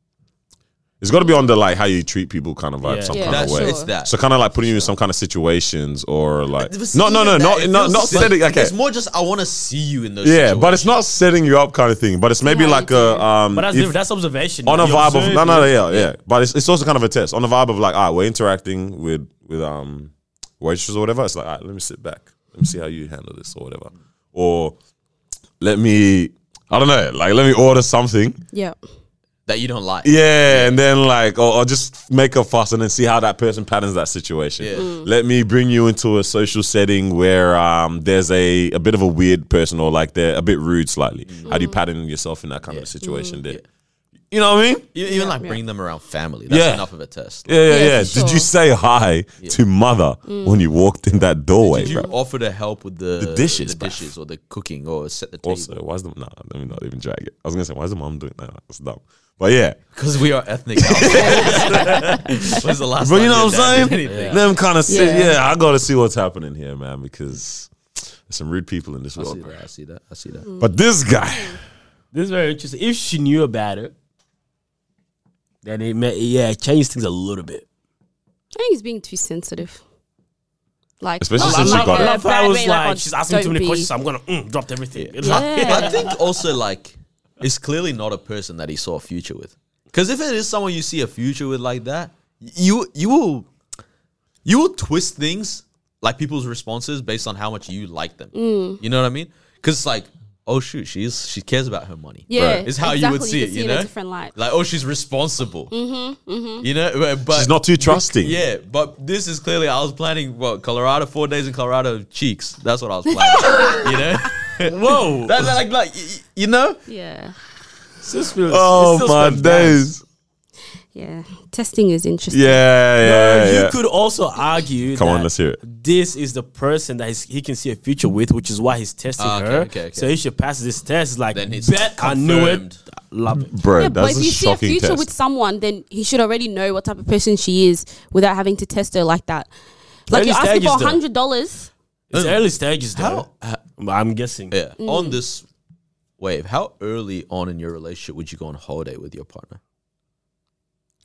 it's got to be on the like how you treat people kind of vibe, Yeah. some Yeah, kind That's of way. sure. it's that. So kind of like putting you in some kind of situations or like But no no no even not that, it not, feels not sick. setting okay It's more just I want to see you in those. yeah but it's not setting you up kind of thing but it's maybe Yeah, like you a do. um But that's if- different. That's observation. on a You vibe of observe no no it. no, yeah yeah but it's, it's also kind of a test on a vibe of like all right we're interacting with with um waitresses or whatever it's like all right let me sit back let me see how you handle this or whatever or let me I don't know like let me order something Yeah. that you don't like. Yeah, and then like, or, or just make a fuss and then see how that person patterns that situation. Yeah. Let me bring you into a social setting where um, there's a, a bit of a weird person or like they're a bit rude slightly. How do you pattern yourself in that kind of situation there? You know what I mean? E- Even like bring them around family. That's Yeah. enough of a test. Like, Yeah, yeah, Yeah, yeah. for Did sure. you say hi to mother when you walked in that doorway, Did you bro? offer to help with the, The dishes, the bruv. dishes or the cooking or set the Also, table? why is the nah? Let me not even drag it. I was gonna say, why is the mom doing that? That's dumb. But yeah, Because we are (laughs) ethnic. (laughs) households. When's the last but time you know your what dad I'm did saying? anything? Them kind of sit. Yeah. Yeah. I gotta see what's happening here, man, because there's some rude people in this I see world. that. I see that. I see that. But this guy, This is very interesting. If she knew about it, then it may yeah it changed things a little bit. think he's being too sensitive. Like, Especially not since like you got a it. I love how I Brad was May, like, oh, she's asking too don't many be. questions. I'm gonna mm, drop everything. Yeah. I think also like it's clearly not a person that he saw a future with. Because if it is someone you see a future with like that, you you will you will twist things like people's responses based on how much you like them. Mm. You know what I mean? Because it's like, oh shoot, she's she cares about her money. Yeah, It's how you would exactly, see you it. can You see it know, in a different light. Like oh, she's responsible. Mm-hmm, mm-hmm. You know, but- but She's not too trusting. yeah, but this is clearly I was planning what Colorado four days in Colorado cheeks. That's what I was (laughs) planning. you know. Whoa! (laughs) That's like, like y- y- you know, Yeah, Oh my days. yeah. Testing is interesting. Yeah, yeah, yeah. you could also argue. Come that on, let's hear it. This is the person that he's, he can see a future with, which is why he's testing Ah, okay, her. okay, okay. So he should pass this test. Like, Then it's bet I knew it. confirmed. Love it. Bro, Yeah, but that's if a you see a shocking future test. with someone, then he should already know what type of person she is without having to test her like that. Like Early you're asking for stages, though. hundred dollars. It's early stages, though. how ha- I'm guessing. yeah, Mm. on this wave, how early on in your relationship would you go on holiday with your partner?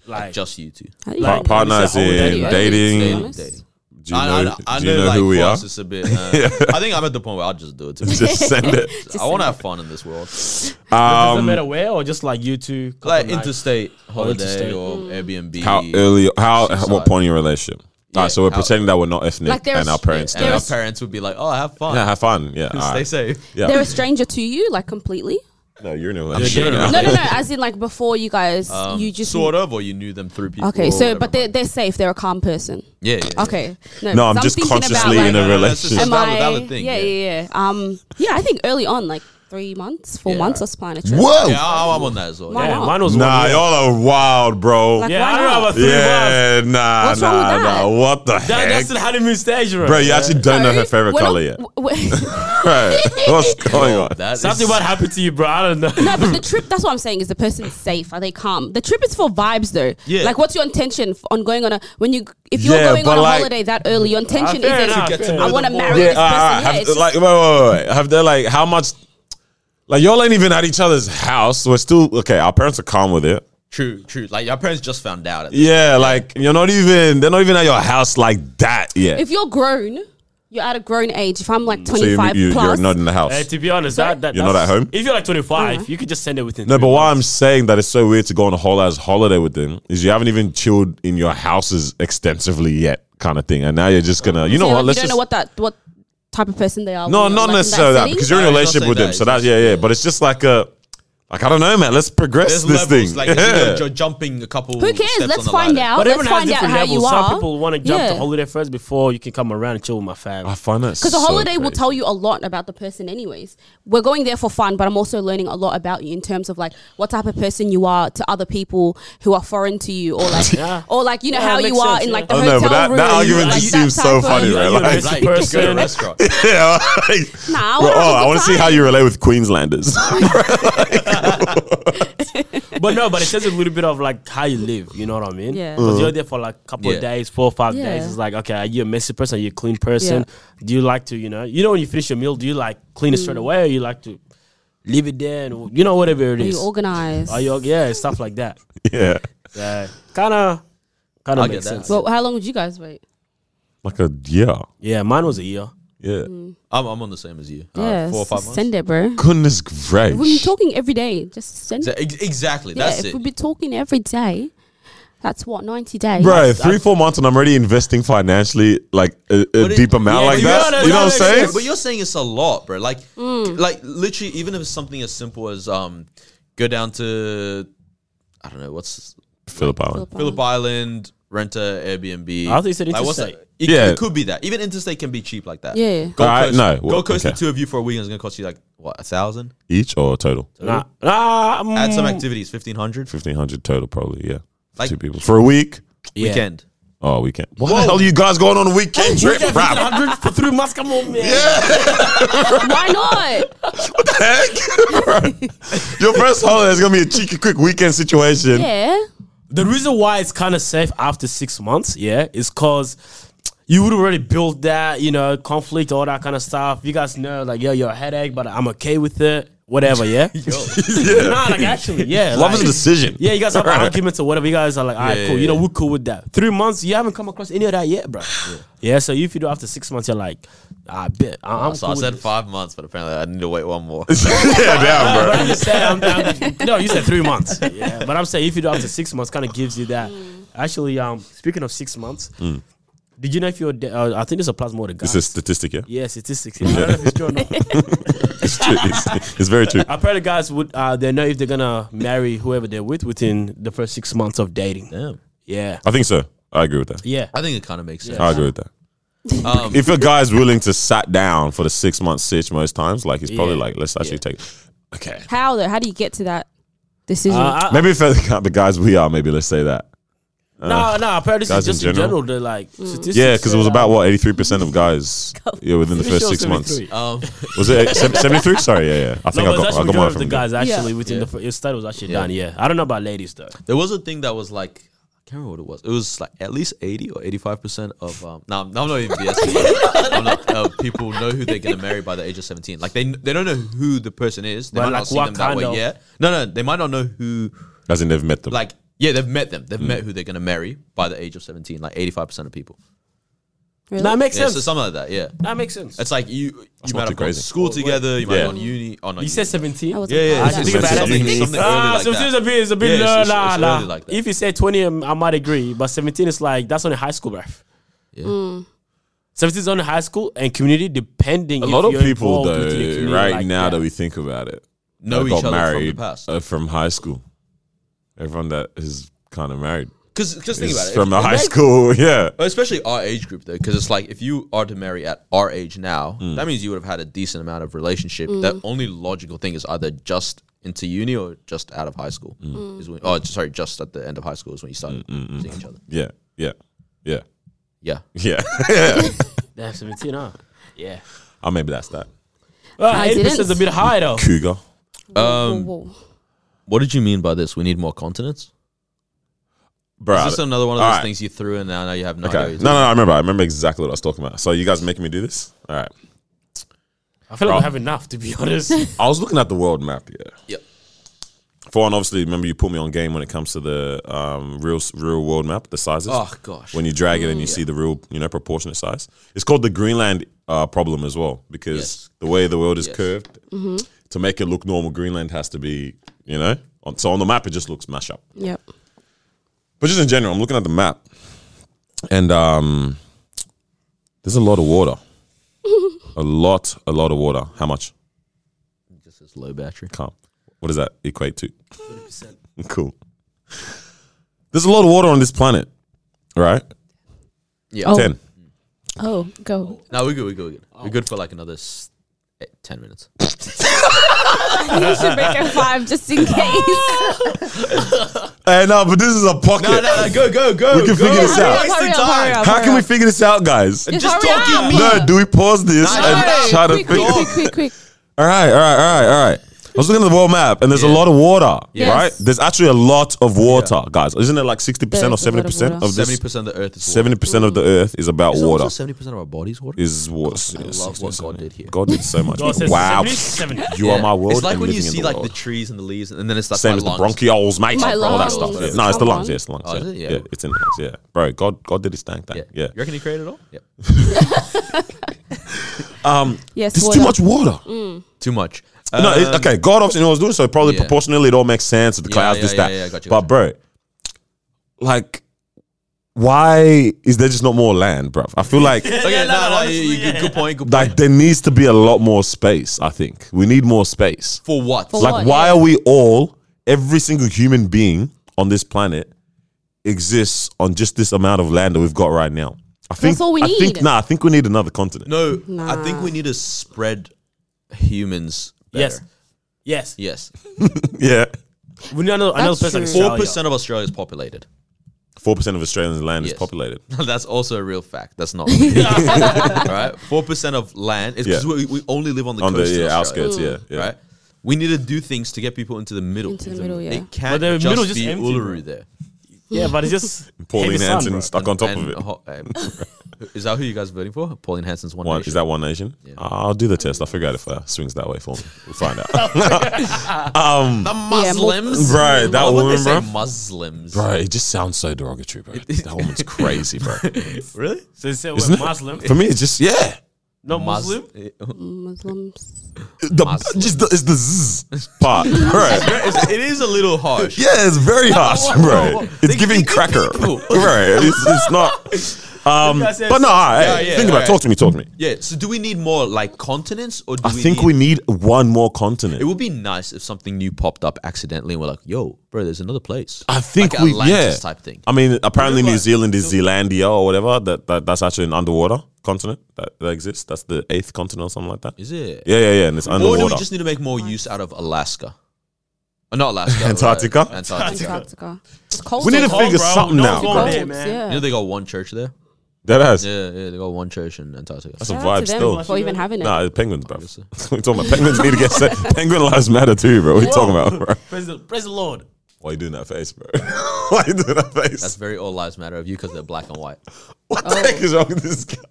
Like, Like, just you Mm. two. Pa- Like, partner it's is a whole in day, right? dating. Dating. Do Honest? you know, I, I, I do you know like, who we for are? us It's a bit, uh, (laughs) I think I'm at the point where I'll just do it. To be honest. Just send (laughs) it. I want to have fun in this world, does it Um, matter where or just like you two? couple like nights? interstate holiday Oh, interstate. or Airbnb. Mm. how early? How? She's What like- point in your relationship? All right, so we're how- pretending that we're not ethnic Like there and are- our parents. and know our us. parents would be like, "Oh, have fun, Yeah, have fun. Yeah, all (laughs) stay right. safe." Yeah. They're a stranger to you, (laughs) like completely. No, you're in a sure. relationship. No, no, no. As in, like before you guys, Um, you just Sort of, or you knew them through people. Okay, or so whatever. but they're they're safe. They're a calm person. yeah, yeah, yeah. Okay. No, No, I'm 'cause just thinking consciously about, in like, a No, no, that's just- relationship. Am Valid- I? valid thing, yeah, yeah. yeah, yeah. Um, yeah. I think early on, like three months, four Yeah. months, I was planning a trip. Yeah, Whoa! I- I'm on that as well. Why Yeah, not? mine was Nah, one year. y'all are wild, bro. Like, Yeah, why I don't not? have a three months. yeah, nah, What's nah, wrong with nah. that? What the That, heck, that's the honeymoon stage, bro. bro? You actually don't know her favorite We're color not- (laughs) yet. (laughs) w- w- Right. What's going on? That is- Something might happen to you, bro. I don't know. (laughs) no, but the trip, that's what I'm saying, is the person safe? Are they calm? The trip is for vibes, though. Yeah. Like, what's your intention f- on going on a, when you, if you're Yeah, going but on a like- holiday that early, your intention fair isn't, enough, Get to fair I know want to them more. marry Yeah, this uh, person. yeah, have, it's just- like, wait, wait, wait, wait. Have they like how much? Like y'all ain't even at each other's house. We're still okay. Our parents are calm with it. True, true. Like your parents just found out. At this. Yeah, like you're not even. They're not even at your house like that yet. if you're grown, you're at a grown age. If I'm like so you, 25 you, plus, you're not in the house. Uh, to be honest, that, that You're not that's- at home? If you're like 25, Uh-huh. you could just send it within. no, three but why months. I'm saying that it's so weird to go on a whole ass holiday with them is you haven't even chilled in your houses extensively yet, kind of thing. And now you're just gonna, you know so, what? like, let's you don't just know what that, what type of person they are. No, when you're, not like, in necessarily that, setting. because you're in a No, he's not relationship with saying them. that, So that's he's yeah, yeah. But it's just like a, like I don't know, man. Let's progress There's this levels. thing. (laughs) Like you know, you're jumping a couple. Who cares? Steps Let's on the find ladder. out. But Oh, Let's everyone find has out different how you levels. are. Some people want to jump Yeah. to holiday first before you can come around and chill with my fam. I find that Because so a holiday will crazy. tell you a lot about the person, anyways. We're going there for fun, but I'm also learning a lot about you in terms of like what type of person you are to other people who are foreign to you, or like, Yeah. or like you know Yeah, how it you makes are sense, in like the yeah. I hotel know, Oh, but that, room. that argument like, just that seems type so of- funny, Yeah, right? you're Like, very- Like, you go to a Person. restaurant. yeah, like, Nah, I bro, wanna oh, I have a good want to see how time. you relate with Queenslanders. (laughs) but no, but it says a little bit of like how you live. You know what I mean? Yeah. Uh-huh. Because you're there for like a couple Yeah. of days, four or five Yeah. days. It's like, okay, are you a messy person? Are you a clean person? Do you like to, you know, you know, when you finish your meal, do you like clean it Mm. straight away, or you like to leave it there, and you know, whatever it Are is. you organized? Are you- yeah, stuff like that. yeah, Yeah, kind of, kind I of get makes that. sense. Well, how long would you guys wait? like a yeah, Yeah, mine was a year. yeah. I'm, I'm on the same as you. Uh, yeah, four or five months. send it, bro. Goodness We've been gracious. talking every day. Just send. it. Exa- ex- Exactly. Yeah, That's if it. we've been talking every day, that's what ninety days. Bro, three, four months, and I'm already investing financially, like a, a But it- deep amount, yeah, like but that. gotta- you know what I'm gotta saying? sense. But you're saying it's a lot, bro. Like, Mm. like literally, even if it's something as simple as um, go down to, I don't know what's Philip Island. Philip Island, rent a Airbnb. I thought you said Like, what's interstate. that? It, Yeah. it could be that. Even interstate can be cheap like that. Yeah. Gold Alright, Coast, no. Gold Coast, Okay. the two of you for a weekend is going to cost you like what a thousand. Each or total? Nah, nah, mm, Add some activities, fifteen hundred. 1500 total, probably, yeah. For Like- two people. For a week? yeah. Weekend. Oh, weekend. What the hell are you guys going on a weekend trip, Yeah, bruv? 100 mm, for three months. Come on, man. Why not? (laughs) Your first holiday is gonna be a cheeky, quick weekend situation. (laughs) Yeah. The reason why it's kind of safe after six months, yeah, is because you would already build that, you know, conflict, all that kind of stuff. You guys know, like, yeah, you're a headache, but I'm okay with it. whatever, (laughs) yeah? yeah. (laughs) Nah, like actually, yeah. Love like- is a decision. Yeah, you guys (laughs) have arguments or whatever. You guys are like, all right, Yeah, cool. yeah, You know, yeah. we're cool with that. Three months, you haven't come across any of that yet, bro. Yeah, so if you do after six months, you're like, I bet. I- I'm so cool I with said this. five months, but apparently I need to wait one more. Yeah, but I'm just saying, I'm, (laughs) I'm- no, you said three months. Yeah, but I'm saying if you do after six months, kind of gives you that. Mm. Actually, um, speaking of six months, Mm. did you know if you're, de- uh, I think this applies more to guys. It's a statistic, yeah? yeah, statistics. I don't know if it's true or not. It's true. It's, it's very true. Apparently, guys would uh, they know if they're gonna marry whoever they're with within the first six months of dating. Damn. Yeah, I think so. I agree with that. yeah. I think it kind of makes sense. I agree with that. Um, If a guy's willing to sat down for the six month sitch most times, like he's probably like, let's actually take. Okay. How though? How do you get to that decision? Uh, I, Maybe if the the guys we are, maybe let's say that. no, no. Apparently, this uh, guys is just in in general? general. They're like Mm. statistics. Yeah, because it was say, about uh, what eighty three percent of guys. Yeah, within the pretty first sure six months. 73. um, (laughs) Was it seventy three? Sorry, yeah, yeah. I think No, I but got that's I got majority mine of the from guys actually Yeah. within Yeah. the first, his study was actually Yeah. done. Yeah, I don't know about ladies though. there was a thing that was like I can't remember what it was. It was like at least eighty or eighty-five percent of um. No, no, I'm not even (laughs) BS. I'm not, uh, people know who they're gonna marry by the age of seventeen. Like they they don't know who the person is. They But might like not see what them that kind way of- yet. No, no, they might not know who. as in they've met them. Like yeah, they've met them. Hmm. They've met who they're gonna marry by the age of seventeen. Like eighty-five percent of people. Really? That makes Yeah, sense. so something like that. Yeah, that makes sense. it's like you you not might too have gone to crazy. school together. You might Yeah. have gone uni. Oh no, you you- said seventeen. I wasn't yeah, yeah, part of I yeah. that. should think about Something- it. something early ah, like that. 17 is a bit, it's a bit Yeah, it's- low, it's- nah, it's nah. early like that. If you say twenty, um, I might agree, but seventeen is like that's only high school, bruv. Yeah. Mm. 17 is only high school and community, depending. a if lot of you're people involved within the though, community right like now that. that we think about it, know that each other from the past. uh, from high school. Everyone that is kind of married Because just think is about it. from If- the high school. (laughs) Yeah, especially our age group though because it's like if you are to marry at our age now Mm. that means you would have had a decent amount of relationship Mm. the only logical thing is either just into uni or just out of high school Mm. Mm. is when, oh sorry just at the end of high school is when you started seeing each other yeah, yeah, yeah, yeah yeah. (laughs) Damn, 17, huh? Yeah. oh, maybe that's that Well, I 8% is a didn't. bit (laughs) high though. cougar. Um, Whoa, whoa, whoa. what did you mean by this we need more continents Bro, is this another one of those Alright. things you threw in now now you have no idea Okay. what No, no, you're no, I remember. I remember exactly what I was talking about. So you guys making me do this? All right. I feel like we have enough, to be (laughs) honest. I was looking at the world map. Yeah. doing. Yep. For one, obviously, remember you put me on game when it comes to the um, real real world map, the sizes. oh gosh When you drag it and you see the real, you know, proportionate size. It's called the Greenland uh, problem as well because Yes. the way the world is Yes. curved, to make it look normal, Greenland has to be, you know, on, so on the map it just looks mash up. Yep. But just in general, I'm looking at the map, and um, there's a lot of water. a lot, a lot of water. How much? this is low battery Can't. What does that equate to? (laughs) cool. There's a lot of water on this planet, right? yeah Oh. Ten. Oh, go. no we're good we're good we're good, Oh. we're good for like another s- eh, 10 minutes (laughs) you should make it five just in (laughs) case. Hey, (laughs) no, but this is a pocket. go go go We can go. figure this out. Hurry up, hurry up, hurry up, How hurry can we up. figure this out, guys? Just Just hurry talking up. me. No, do we pause this Nah, and nah, try to quick, quick, figure? quick, quick, quick. All right, all right, all right, all right. I was looking at the world map, and there's a Yeah. lot of water, Yes. right? There's actually a lot of water, guys. Isn't it like sixty percent or There's a lot seventy of percent water. of Seventy this? percent of the Earth is water. Seventy percent of the earth is about water. Seventy percent of our body's water. Is water. I Yes, love yes, what yes, God yes. did here. God did so much. God says wow, 70. you are my world. It's like and when you living in see the like world. the trees and the leaves, and then it's like same my as the lungs. bronchioles, mate. My all that lungs. stuff. Is it No, it's the lung lungs. one? Yeah, it's the lungs. Oh, is it? yeah. Yeah. yeah, it's in the lungs. Yeah, bro. God, God did his thing. thing. Yeah. Yeah, You reckon he created it all? Yep. Yes, There's water. too much water. Too much. No, it, Um, okay. God obviously knew what he was doing, so probably yeah. proportionally it all makes sense. The Yeah, clouds, yeah, this, yeah, that. yeah, gotcha, but gotcha. bro, like, why is there just not more land, bro? I feel (laughs) like Okay, no, no, you- you- good point. Good point. like there needs to be a lot more space. I think we need more space. For what? For Like, what? why Yeah. are we all, every single human being on this planet, exists on just this amount of land that we've got right now? I think all we I think need. nah. I think we need another continent. No, I Nah. think we need to spread humans. Better. Yes. Yes. Yes. Yeah, We need another, another That's person like true. Four Australia. percent of Australia is populated. four percent of Australia's land is Yes. populated. (laughs) That's also a real fact. (laughs) That's not. (laughs) all right. Four percent of land is because Yeah. we, we only live on the On the coast. yeah, in Australia. outskirts, yeah, yeah. right? We need to do things to get people into the middle. Into the middle, yeah. It can't But the just middle is just be empty, Uluru bro. there. Yeah, but it's just (laughs) Pauline heavy sun, Hanson bro. stuck on top And of it. ho- um, (laughs) is that who you guys voting for? Pauline Hanson's one. One, Nation. is that One Nation? I'll do the test. I'll figure out if that swings that way for me. We'll find (laughs) out. (laughs) um, the Muslims, Right, that Why would woman, they say bro. Muslims. bro, it just sounds so derogatory, (laughs) bro. That woman's crazy, bro. Really? So you say we're Isn't it? (laughs) Muslim, For me, it's just yeah. not Mus- Muslim. Muslims. The Muslim. just the, it's the zzz (laughs) part, right? (laughs) It's- it is a little (laughs) harsh. Yeah, it's very harsh, what- what- bro. what- It's giving cracker, (laughs) right? It's, it's not. Um, guy said- but no, all right, Yeah, hey, yeah, think about. it. alright. Talk to me. Talk to me. Yeah. So do we need more like continents, or do I we think need, we need one more It continent. would be nice if something new popped up accidentally, and we're like, "Yo, bro, there's another place." I think like we Atlantis yeah. type thing. I mean, apparently New Zealand is Zealandia or whatever. That, that that's actually an underwater continent that, that exists. That's the eighth continent or something like that. Is it? Yeah, yeah, yeah. And it's Or do underwater. we just need to make more use out of Alaska? Uh, not Alaska. Antarctica? right, Antarctica. Antarctica. It's cold. We need to there. Cold, figure bro. something No out. one's bro. going there, Cold, man. Yeah. You know they got one church there. That has. Yeah, yeah, they got one church in Antarctica. That's a Shout out vibe to them still. for even having it. Nah, it's penguins, bro. (laughs) we talking about penguins need to get set. Penguin lives matter too, bro. What are you talking about, bro? Praise the, praise the Lord. Why you doing that face, bro? (laughs) Why you doing that face? That's very all lives matter of you because they're black and white. what the heck is wrong with this guy?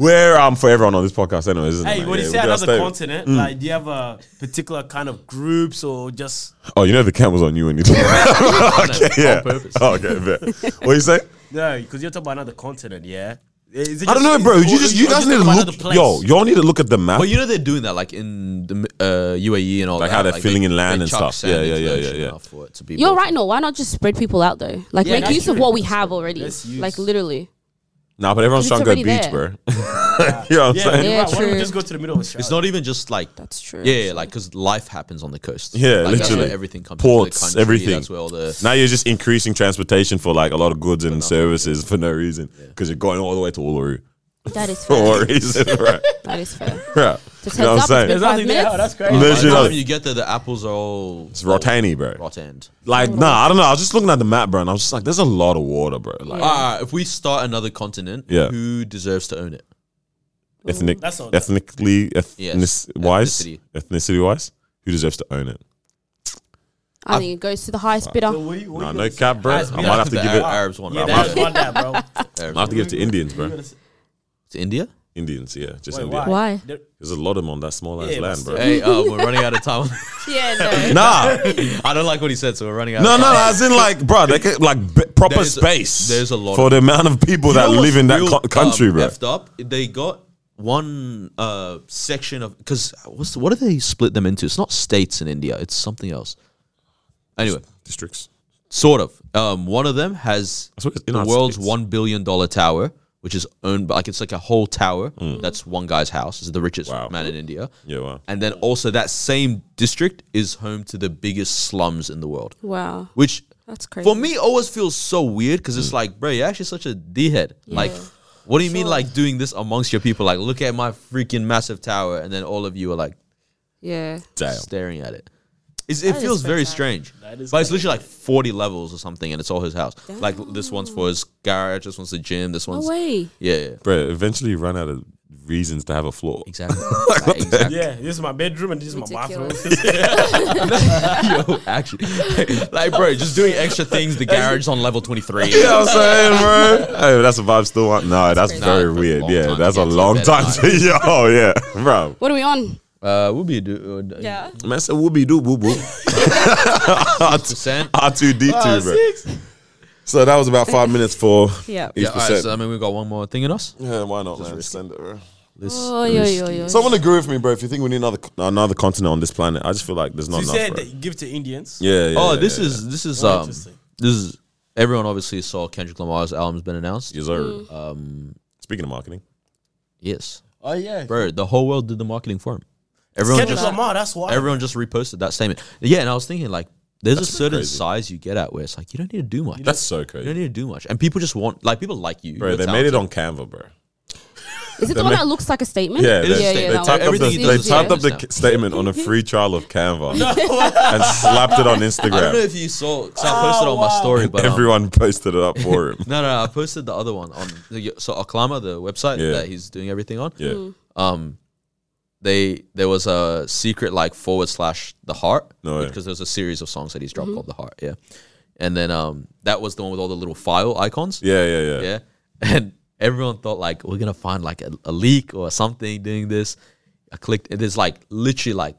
We're um for everyone on this podcast, anyways. Isn't Hey, it? when Yeah, we you say do our another statement. continent, like, do you have a particular kind of groups or just Oh, you know the camera's on you when you do that. (laughs) okay, yeah. purpose. Oh, okay, bet. What you say? no? Because you're talking about another continent, yeah. Is it I don't know, just- bro. or- You just or you guys just need to talking about another look. place? Yo, y'all need to look at the map. But you know they're doing that, like in the uh, UAE and all Like that. how they're filling in land and chuck stuff. sand Yeah, yeah, into the yeah, yeah, ocean yeah. now For it to be You're built. right. No, why not just spread people out though? Like Yeah, make that's use of true. what we have already. Let's use- Like literally. Nah, but everyone's It's trying to go already beach, bro. (laughs) there. you know what I'm Yeah, saying? you're Yeah, right. Why don't we true. just go to the middle of Australia? It's not even just like That's true. yeah, yeah, like because life happens on the coast. Yeah, like, that's literally. where everything comes. Ports, into the country. everything. That's where all the Now you're just increasing transportation for like a lot of goods and services for no reason because you're going all the way to Uluru That is for fair. a reason, (laughs) right? that is fair. right. Just You know what I'm heads up, it's saying? been There's nothing five there. minutes. oh, That's crazy. No, by Literally, the time like- you get there, the apples are all It's Rotany, bro. rot end. Like, nah, I don't know. I was just looking at the map, bro, and I was just like, there's a lot of water, bro. Like, Ah, if we start another continent, Yeah. who deserves to own it? ethnic, That's all- ethnically, ethnic Yes, wise, ethnicity. ethnicity wise, who deserves to own it? I think it goes to the highest bidder. So what you- what Nah, you no gonna say? cap, bro. I As- might yeah, have to the give it. I Arabs one. Yeah, I that's might one that, (laughs) bro. might have to give it to Indians, You bro. gotta say- to India. Indians, yeah, just Wait, India. why? Why? There- There's a lot of them on that small ass Yeah, but land, bro. still. Hey, uh, we're running out of time. Yeah, no. Nah, I don't like what he said, so we're running out. No, of no, time. (laughs) as in like, bro, they could, like b- proper There's a- space. there's a lot for of- the amount of people that You know live what's in that real, co- country, um, bro. Effed up. They got one uh, section of because what's what do they split them into? It's not states in India. It's something else. Anyway, Districts. sort of. Um, one of them has That's what it's- the United world's States. one billion dollar tower, which is owned by like it's like a whole tower. That's one guy's house. Is the richest Mm. Wow. man in India. Yeah, wow. And then also that same district is home to the biggest slums in the world, Wow. which That's crazy. for me always feels so weird because Mm. it's like, bro, you're actually such a d head. Like, Yeah. what do you mean Sure. like doing this amongst your people? Like, look at my freaking massive tower, and then all of you are like Yeah. Damn. staring at it. It's, it is feels very pretty strange, but is it's literally like forty levels or something, and it's all his house. Like this one's for his garage, this one's the gym, this No one's way. yeah, yeah, Bro, eventually you run out of reasons to have a floor. (laughs) exactly, Like, exactly. Yeah, this is my bedroom and this is my bathroom. Ridiculous. (laughs) Yo, actually, (laughs) like, bro, just doing extra things. The garage on level twenty (laughs) three. You know what I'm saying, bro? hey, that's a vibe still on. No, that's crazy. very Nah, it's weird. a long Yeah, time to that's a long time. get to bed at To, (laughs) yo, yeah, bro. What are we on? Uh, we'll be do- uh, Yeah. Man said whoopie doo whoop (laughs) whoop. percent. R two D two, bro. So that was about five minutes for Yeah. each Yeah, all right, percent. so I mean, we've got one more thing in us. yeah, why not, man? Send it, bro. Let's- Oh, yo, let's- yo, yo. Someone agree with me, bro. If you think we need another another continent on this planet, I just feel like there's not (laughs) You enough. said bro. that you give it to Indians. Yeah, yeah. Oh, yeah, this yeah. is this is Oh, um this interesting. is everyone obviously saw Kendrick Lamar's album's been announced. Yes, sir. Mm. Um, Speaking of marketing, Yes, Oh yeah, bro, the whole world did the marketing for him. Everyone Kendrick just, Lamar. That's Oh. why. everyone just reposted that statement. Yeah, and I was thinking like, there's a certain crazy. size you get at where it's like you don't need to do much. that's so you don't crazy, need to do much, and people just want like people like you. bro. you're They made it talented. on Canva, bro. Is it the one that looks like a statement? Yeah, Mm-hmm. is a they, statement. they that one. typed up the, Everything they is a typed up the statement k- now. statement (laughs) on a free trial of Canva and slapped it on I don't know (laughs) Instagram. if you saw. 'cause I posted on my wow. story, but um, Everyone posted it up for (laughs) him. no, no, no, I posted the other one on the- so Oklama, the website Yeah. that he's doing everything on. Yeah, um they there was a secret like forward slash the heart No way. because there was a series of songs that he's dropped called the heart yeah and then um that was the one with all the little file icons. Yeah, yeah, yeah. Yeah. And everyone thought like we're gonna find like a, a leak or something doing this. I clicked. and There's like literally like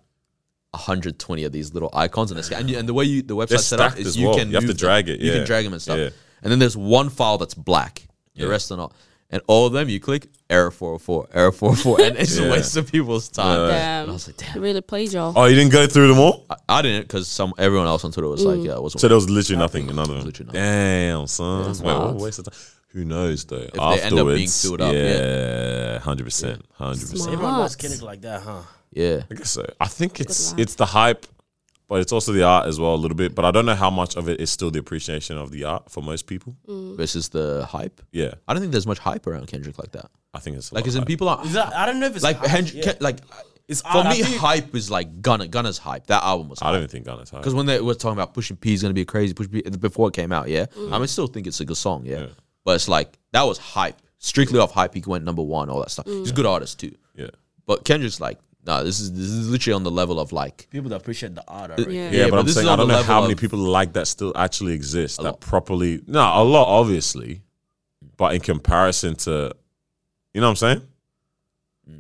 120 of these little icons in this, and, you, and the way you the website set up stacked is as you well. can You have to move them. drag it, You yeah. can drag them and stuff. Yeah. And then there's one file that's black. The Yeah. rest are not. And all of them, you click error 404, error 404, and it's a (laughs) Yeah. waste of people's time. Damn. And I was like, damn, You really played y'all. Oh, you didn't go through them all? I, I didn't because some everyone else on Twitter was like, yeah, it wasn't. So there was literally nothing. None of them. Literally nothing. Damn, son. Wait, what a wild. waste of time. Who knows though? they end up Afterwards, being filled up, yeah. yeah, hundred percent, hundred percent. Everyone likes Smart. Kendrick like that, huh? yeah, I guess so. I think it's lad. it's the hype, but it's also the art as well a little bit. But I don't know how much of it is still the appreciation of the art for most people. Mm. versus the hype. Yeah, I don't think there's much hype around Kendrick like that. I think it's a Like, lot as in hype. people are Is that, I don't know if it's like hype, Hendri- yeah. Ah, Ken- like It's for art, I me, think- hype is like Gunner. Gunner's hype. That album was I don't even think Gunna's hype. because when they were talking about pushing P is gonna be crazy. Push P before it came out, yeah. Mm. I mean, I still think it's a good song, yeah. But it's like that was hype. Strictly off hype, he went number one. All that stuff. Mm. He's a good artist too. Yeah, But Kendrick's like, nah, this is this is literally on the level of like people that appreciate the art. I reckon. Yeah. yeah, but, but I'm this saying is on I don't the know how level many of- people like that still actually exist that lot. properly. No, a lot obviously, but in comparison to, you know what I'm saying? Mm.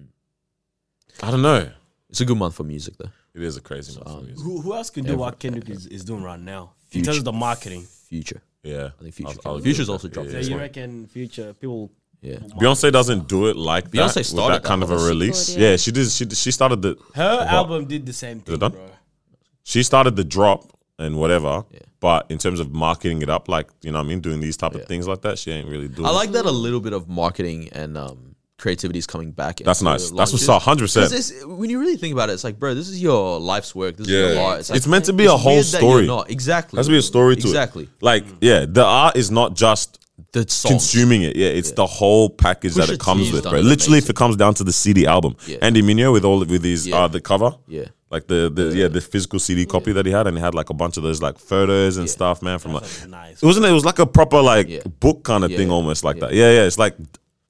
I don't know. it's a good month for music though. It is a crazy month um, for music. Who, who else can do what Kendrick is, is doing right now in terms of the marketing? Future. Yeah, I think Future I'll- came I'll out. agree Future's with also that. dropped Yeah, this yeah. month. reckon future people? Yeah. Beyonce doesn't do it like that, Beyonce with started that kind that of a one. She release. did, yeah. yeah. she did. She did- she started the Her album did the same thing, it done? bro. she started the drop and whatever. But in terms of marketing it up, like you know, what I mean, doing these type of things like that, she ain't really doing. I like that a little bit of marketing and um, creativity is coming back. That's into nice. That's what's launches. up. Hundred 'Cause percent. it's- When you really think about it, it's like, bro, this is your life's work. This is your Yeah. art. It's, like, It's meant to be a it's whole weird that you're story. not- Exactly. That's be a story to exactly. it. Like yeah, the art is not just The songs. consuming it. Yeah, it's the whole package that Pusha it comes T's with, done bro. it Literally, if amazing. it comes down to the CD album, Yeah. Andy Mineo with all of, with his uh, the cover. Yeah. Like the, the yeah the physical CD copy that he had and he had like a bunch of those like photos and stuff man from like Nice. It wasn't. It was like a proper like Yeah. book kind of Yeah, thing, yeah, almost like that. Yeah, yeah. It's like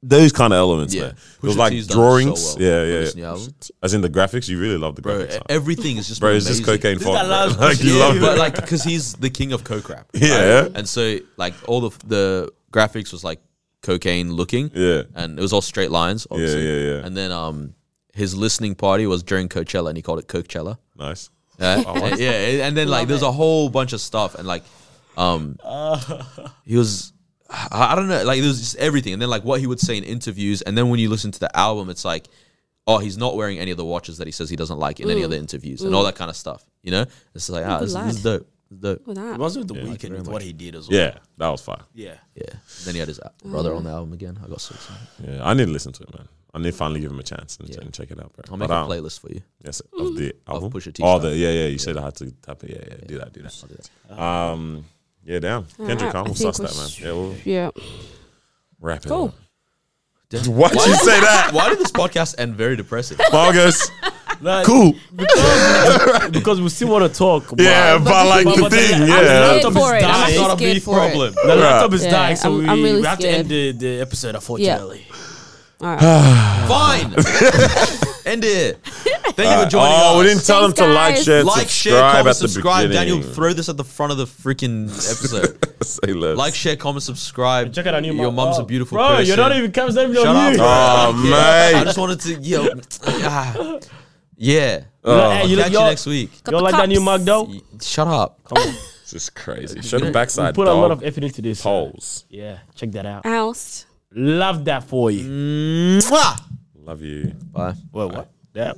those kind of elements, Yeah. man. It Pusha was like T's done so drawings. well Yeah, with yeah. this yeah. new album. As in the graphics, you really love the Bro, graphics. huh? everything is just Bro, it's just amazing. cocaine fog. guy Bro. (laughs) loves Like you yeah, love but it. like because he's the king of coke rap. (laughs) right? Yeah. and so like all of the graphics was like cocaine looking. Yeah. and it was all straight lines. Obviously. yeah, yeah. And then um, his listening party was during Coachella, and he called it Coachella. Nice. Uh, Oh, and- yeah, and then like there's a whole bunch of stuff, and like, um, he was, I I don't know, like there was just everything, and then like what he would say in interviews, and then when you listen to the album, it's like, oh, he's not wearing any of the watches that he says he doesn't like in any of the interviews, and all that kind of stuff. You know, it's like ah, good this, this is dope, this is dope. Look at It that. was with the weekend with what he did as well. Yeah, that was fire. Yeah. Yeah. And then he had his brother on the album again. I got so excited. Yeah, I need to listen to it, man. I need to finally give him a chance and, and check it out, bro. I'll make But, a um, playlist for you. Yes, of the album. Pusha T oh, stuff. the yeah, yeah. You said I had to tap it. Yeah, yeah. Do that. Do that. Um, yeah, damn. Kendrick, Alright, I'm I we'll think suss we're that, man. sh- Yeah, we'll Yeah. wrap it. Cool. up. (laughs) Why'd you say (laughs) that, Why did this podcast end very depressing? (laughs) Margus? Like, Cool. because we still want to talk. But Yeah, but, like but- the but thing, the- yeah. I'm Scared laptop for is it. (laughs) I'm dying. actually Not scared for it. the laptop is Yeah, dying, so I'm- we, I'm really we have to end scared. the, the episode. Unfortunately, (laughs) Fine. End it. Thank you for joining us. Oh, we didn't tell them Thanks, to like, guys. share, like, share, subscribe comment, at the subscribe. Daniel, beginning. (laughs) throw this at the front of the freaking episode. Say less. like, share, comment, subscribe. check out our new. Your mom- mom's oh, a beautiful bro. person. You're not even comes even Shut on up. you. bro. Oh, Yeah. I mate. just wanted to, yo. (laughs) ah. yeah. Hey, you Catch look- you y'all- next week. Got y'all the like that new cups. mug though? Y- Shut up. This is crazy. Show the backside. Put a dog. lot of effort into this. polls. Yeah, check that out. Oust. Mm. Love that for you. Mwah. Love you. Bye. (laughs) Well, what? Yeah.